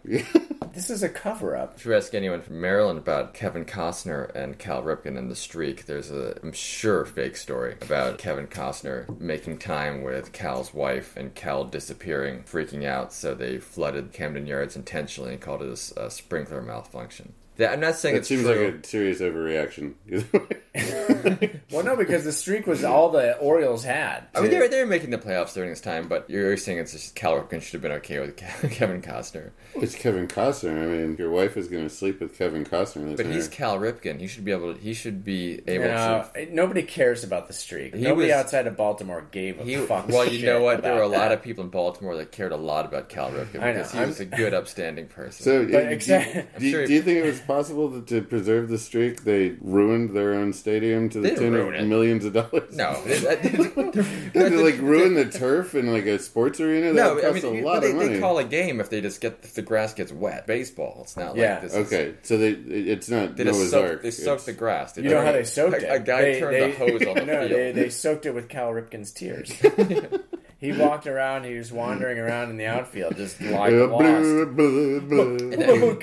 F: This is a cover up.
H: If you ask anyone from Maryland about Kevin Costner and Cal Ripken and The Streak, there's a, I'm sure, fake story about Kevin Costner making time with Cal's wife and Cal disappearing, freaking out, so they flooded Camden Yards intentionally and called it a, s- a sprinkler malfunction. That, I'm not saying
G: That
H: it's
G: seems
H: true.
G: like a serious overreaction.
F: well, no, because the streak was all the Orioles had.
H: I mean, they were, they were making the playoffs during this time, but you're saying it's just Cal Ripken should have been okay with Ke- Kevin Costner.
G: It's Kevin Costner. I mean, your wife is going to sleep with Kevin Costner. That's
H: But he's
G: her.
H: Cal Ripken. He should be able. To, he should be able
F: No,
H: to.
F: nobody cares about the streak.
H: He
F: nobody
H: was-
F: outside of Baltimore gave a
H: He,
F: fuck.
H: well, you
F: shit
H: know what? There
F: about
H: were a lot
F: that.
H: of people in Baltimore that cared a lot about Cal Ripken
F: I know.
H: because he
F: I'm-
H: was a good, upstanding person.
G: So,
F: But
G: uh,
F: exact-
G: do, you-
H: I'm
G: do you-
H: sure-
G: do you think it was possible that to preserve the streak, they ruined their own stadium to
H: They
G: the
H: didn't
G: tune of
H: ruin it.
G: millions of dollars?
H: no,
G: Did they like ruin the turf in like a sports arena? That would
H: no, I
G: cost
H: mean,
G: a
H: you-
G: lot
H: they,
G: of
H: they
G: money.
H: call a game if they just get if the grass gets wet. Baseball, it's not
F: Yeah.
H: like this. is-
G: okay, so they it- it's not
H: They just
G: Noah's
H: soak-
G: Ark.
H: they soak the grass. They
F: You know
H: turn
F: how
H: it-
F: they soaked
H: a-
F: it.
H: a guy
F: they,
H: turned
F: they,
H: the hose on the
F: no,
H: field.
F: They, they soaked it with Cal Ripken's tears. he walked around. He was wandering around in the outfield, just like
G: Uh,
F: lost.
G: blah, blah, blah.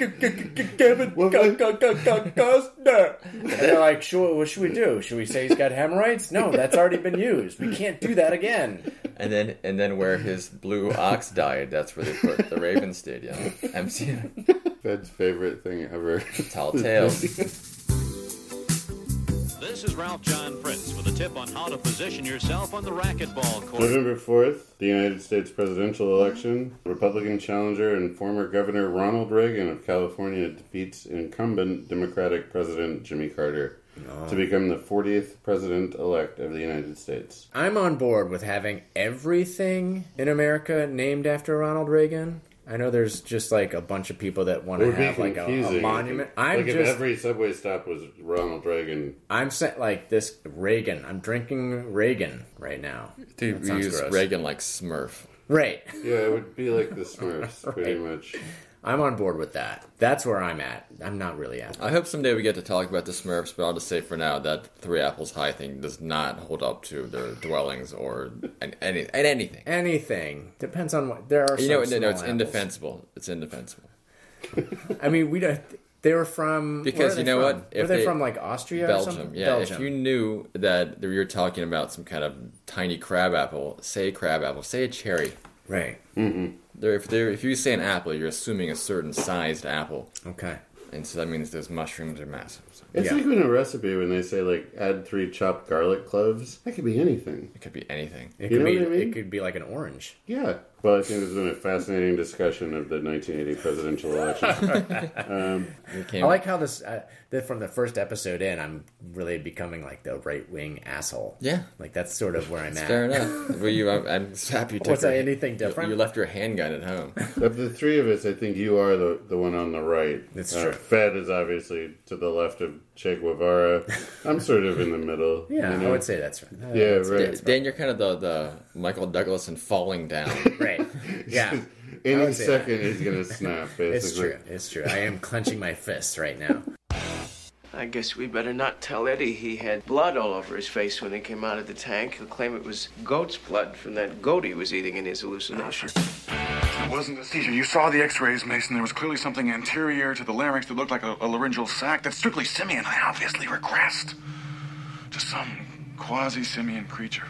F: Kevin Costner. And they're like, sure, what should we do? Should we say he's got hemorrhoids? No, that's already been used. We can't do that again.
H: And then and then where his blue ox died, that's where they put the Ravens Stadium. MC
G: Fed's favorite thing ever.
H: Tall tales.
P: This is Ralph John Prince with a tip on how to position yourself on the racquetball court.
G: November 4th, the United States presidential election. Republican challenger and former Governor Ronald Reagan of California defeats incumbent Democratic President Jimmy Carter to become the 40th president elect of the United States.
F: I'm on board with having everything in America named after Ronald Reagan. I know there's just like a bunch of people that want
G: It
F: to
G: would be
F: have like a,
G: confusing.
F: a monument. I'm
G: like if
F: just
G: every subway stop was Ronald Reagan.
F: I'm saying like this Reagan. I'm drinking Reagan right now.
H: Dude,
F: That
H: we
F: sounds
H: use
F: gross.
H: Reagan like Smurf.
F: Right.
G: Yeah, it would be like the Smurfs, pretty much.
F: I'm on board with that. That's where I'm at. I'm not really at.
H: I hope someday we get to talk about the Smurfs, but I'll just say for now that Three Apples High thing does not hold up to their dwellings or an, any and anything.
F: Anything depends on what there are.
H: You know,
F: some small
H: no, no, it's
F: apples.
H: indefensible. It's indefensible.
F: I mean, we don't. They were from where
H: Because
F: are
H: you
F: they
H: know
F: from?
H: what?
F: Were they, from like Austria?
H: Belgium.
F: or something?
H: Yeah.
F: Belgium.
H: If you knew that we were talking about some kind of tiny crab apple, say a crab apple, say a cherry.
F: Right.
G: Mm-hmm.
H: There, if there, if you say an apple, you're assuming a certain sized apple.
F: Okay.
H: And so that means those mushrooms are massive. So
G: It's like in a recipe when they say, like, add three chopped garlic cloves. That could be anything.
H: it could be anything.
F: It
G: You
F: could
G: know
F: be.
G: what I mean?
F: It could be like an orange.
G: Yeah. Well, I think there's been a fascinating discussion of the 1980 presidential election. um,
F: I like how this uh, that from the first episode in, I'm really becoming like the right wing asshole.
H: Yeah.
F: like that's sort of where I'm at.
H: Fair enough. Well, you, I'm, I'm just happy. You took
F: Was
H: your-
F: I anything
H: you-
F: different?
H: You, left your handgun at home.
G: of the three of us, I think you are the, the one on the right. Uh,
F: That's true.
G: Fed is obviously to the left of Che Guevara. I'm sort of in the middle.
F: Yeah,
G: you
F: I
G: know?
F: would say that's right. Uh,
G: Yeah,
F: that's
G: right.
F: good.
H: Dan, you're kind of the, the Michael Douglas and falling down.
F: Right. Yeah. I
G: Any
F: would say that.
G: second he's going to snap, basically.
F: It's true. It's true. I am clenching my fists right now.
Q: I guess we better not tell Eddie he had blood all over his face when he came out of the tank. He'll claim it was goat's blood from that goat he was eating in his hallucination.
R: It wasn't a seizure. You saw the x-rays, Mason. There was clearly something anterior to the larynx that looked like a, a laryngeal sac. That's strictly simian. I obviously regressed to some quasi-simian creature.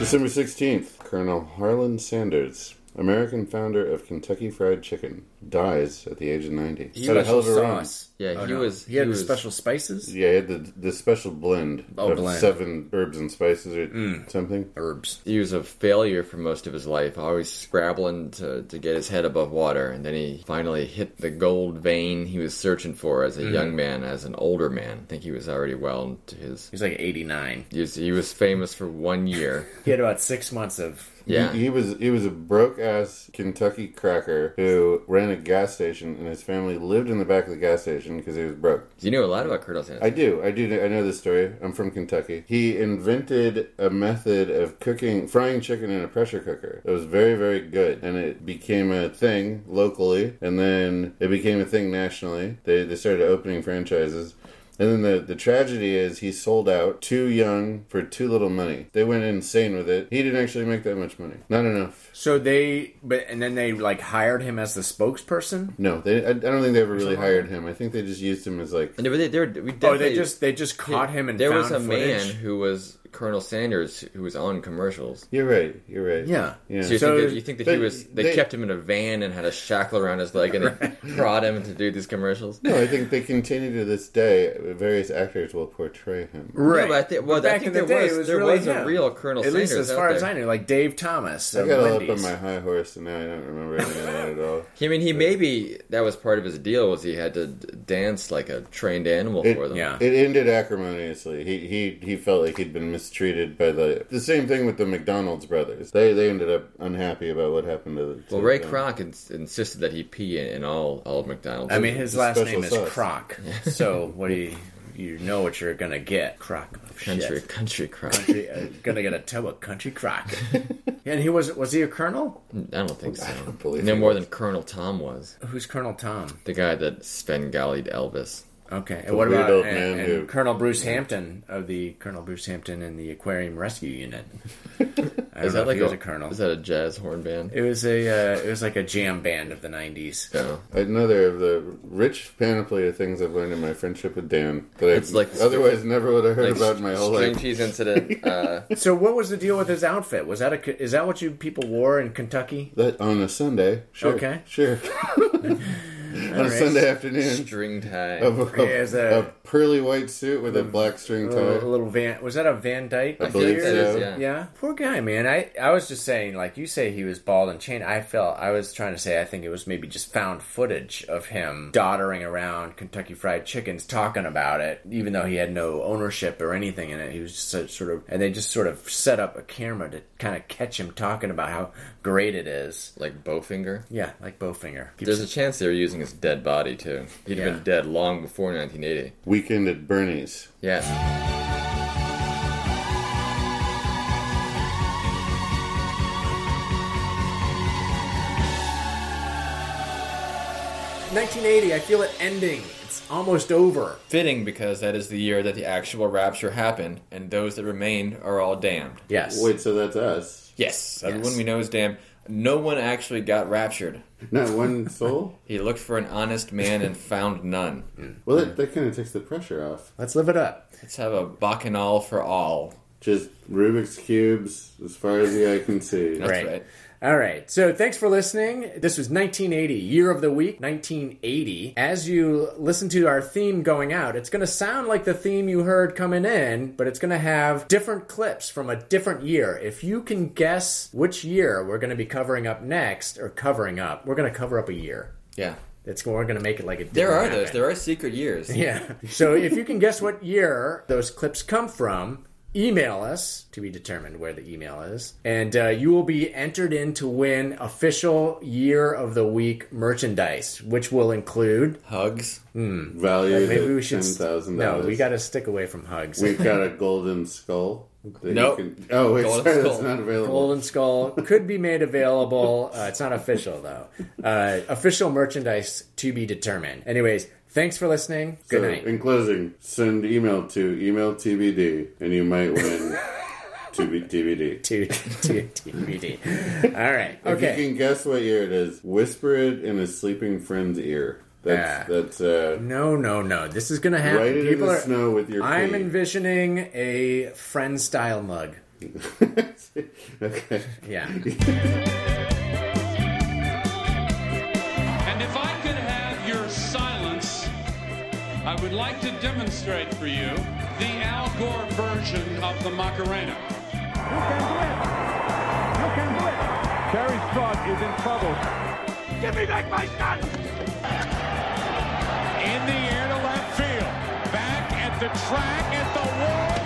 G: December 16th, Colonel Harlan Sanders, American founder of Kentucky Fried Chicken, dies at the age of 90.
H: He
G: Had a
H: was
G: hell of a
H: so
G: run.
H: sauce. Yeah, Oh, he no. was- He had he the was- special
F: spices?
G: Yeah, he had the, the special blend
H: Oh,
G: of
H: blend. Mm.
G: seven herbs and spices or something.
F: Herbs.
H: He was a failure for most of his life, always scrabbling to, to get his head above water. And then he finally hit the gold vein he was searching for as a
F: Mhm.
H: young man, as an older man. I think he was already well into his. He
F: was like 89.
H: He was, he was famous for one year.
F: He had about six months of
H: Yeah.
G: He, he was he was a broke ass Kentucky cracker who ran a gas station, and his family lived in the back of the gas station because he was broke.
H: You know a lot about Colonel Sanders.
G: I do. I do. I know this story. I'm from Kentucky. He invented a method of cooking, frying chicken in a pressure cooker. It was very, very good, and it became a thing locally, and then it became a thing nationally. They they started opening franchises. And then the, the tragedy is he sold out too young for too little money. They went insane with it. He didn't actually make that much money. Not enough.
F: So they, but and then they like hired him as the spokesperson.
G: No, they, I, I don't think they ever really hired him. I think they just used him as like.
H: they, they,
F: Oh, they just they just caught him and
H: there
F: found
H: was a
F: footage.
H: man who was Colonel Sanders who was on commercials.
G: You're right. You're right.
F: Yeah.
G: Yeah.
H: So you
G: So
H: think that, you think that
G: they-
H: he was? They,
G: they-
H: kept him in a van and had a shackle around his leg and they prod him to do these commercials.
G: No, I think they continue to this day various actors will portray him.
H: Right. No, but I think- well, I think there was- there was a real Colonel
F: At least as
H: Sanders out
F: far as
H: there.
F: I knew, like Dave Thomas.
G: I
F: of
G: got all up
F: Wendy's.
G: on my high horse, and now I don't remember anything about it at all.
H: I mean, he maybe that was part of his deal was he had to d- dance like a trained animal
G: It,
H: for them.
G: it ended acrimoniously. He, he he felt like he'd been mistreated by the the same thing with the McDonald's brothers. They they ended up unhappy about what happened to. the- to
H: Well, Ray
G: them.
H: Kroc ins- insisted that he pee in, in all all of McDonald's.
F: I mean, his last name is
H: Croc.
F: Croc. So what do you you know what you're gonna get? Croc. Oh, shit.
H: Country- country Croc.
F: Country, uh, gonna get a tub of country Croc. and he was was he a colonel?
H: I don't think so.
F: believe
H: no
F: he
H: more than Colonel Tom was.
F: Who's Colonel Tom?
H: The guy that Svengalied Elvis.
F: Okay. And what about and, and Colonel Bruce Hampton of the Colonel Bruce Hampton and the Aquarium Rescue Unit? I don't
H: Is
F: know
H: that
F: if
H: like
F: he was
H: a-
F: a colonel?
H: is that a jazz horn band?
F: It was a uh, it was like a jam band of the '90s.
H: Oh.
G: Another of the rich panoply of things I've learned in my friendship with Dan that
H: It's
G: I
H: like
G: otherwise never would have heard
H: like
G: about in my whole
H: string
G: life.
H: cheese incident. Uh,
F: So what was the deal with his outfit? Was that a is that what you people wore in Kentucky?
G: That on a Sunday, sure,
F: Okay.
G: sure. on a
F: right.
G: Sunday afternoon,
H: string tie.
G: Of a,
F: Yeah, is that-
G: a Uh, pearly white suit with a black string tie.
F: A little Van was that a Van Dyke?
G: I believe
F: figure?
G: so. It is, yeah.
F: Poor guy, man. I I was just saying, like you say, he was bald and chained. I felt I was trying to say, I think it was maybe just found footage of him doddering around Kentucky Fried Chickens, talking about it, even though he had no ownership or anything in it. He was just so- sort of, and they just sort of set up a camera to kind of catch him talking about how great it is,
H: like Bowfinger.
F: Yeah, like Bowfinger.
H: There's a chance they were using his dead body too. he had
F: Yeah.
H: been dead long before 1980.
G: Weekend at Bernie's.
H: Yes.
F: a 1980. I feel it ending. It's almost over.
H: Fitting because that is the year that the actual rapture happened, and those that remained are all damned.
F: Yes.
G: Wait, so that's us.
H: Yes.
G: Yes.
H: Everyone we know is damned. No one actually got raptured.
G: Not one soul.
H: he looked for an honest man and found none.
G: Well, that, that kind of takes the pressure off.
F: Let's live it up.
H: Let's have a bacchanal for all.
G: Just Rubik's cubes, as far as the eye can see.
F: right. All right. So thanks for listening. This was 1980, year of the week, 1980. As you listen to our theme going out, it's going to sound like the theme you heard coming in, but it's going to have different clips from a different year. If you can guess which year we're going to be covering up next, or covering up, we're going to cover up a year.
H: Yeah.
F: It's, we're going to make it like it.
H: There
F: didn't
H: are those.
F: happen.
H: There are secret years.
F: Yeah. So if you can guess what year those clips come from, email us to be determined where the email is, and uh, you will be entered in to win official year of the week merchandise, which will include
H: hugs.
F: Hmm.
G: Valued
F: Maybe we
G: at
F: should.
G: $10,000.
F: No, we got to stick away from hugs.
G: We've got a golden skull. that you
F: Nope.
G: can- oh, wait,
F: Golden
G: sorry,
F: skull.
G: that's not available.
F: Golden Skull could be made available. Uh, it's not official though. Uh, official merchandise to be determined. Anyways, thanks for listening. Good
G: So,
F: night.
G: In closing, send email to email TBD, and you might win TB, TBD.
F: TBD. All right.
G: If you
F: Okay.
G: can guess what year it is, whisper it in a sleeping friend's ear. That's that's. Uh,
F: no, no, no. This is gonna happen.
G: Write it in
F: People
G: the
F: are-
G: snow with your.
F: I'm
G: feet.
F: envisioning a friend style mug.
G: okay.
F: Yeah.
D: And if I could have your silence, I would like to demonstrate for you the Al Gore version of the Macarena.
S: Terry Strug is in trouble. Give me back my son! In the air to left field. Back at the track at the wall.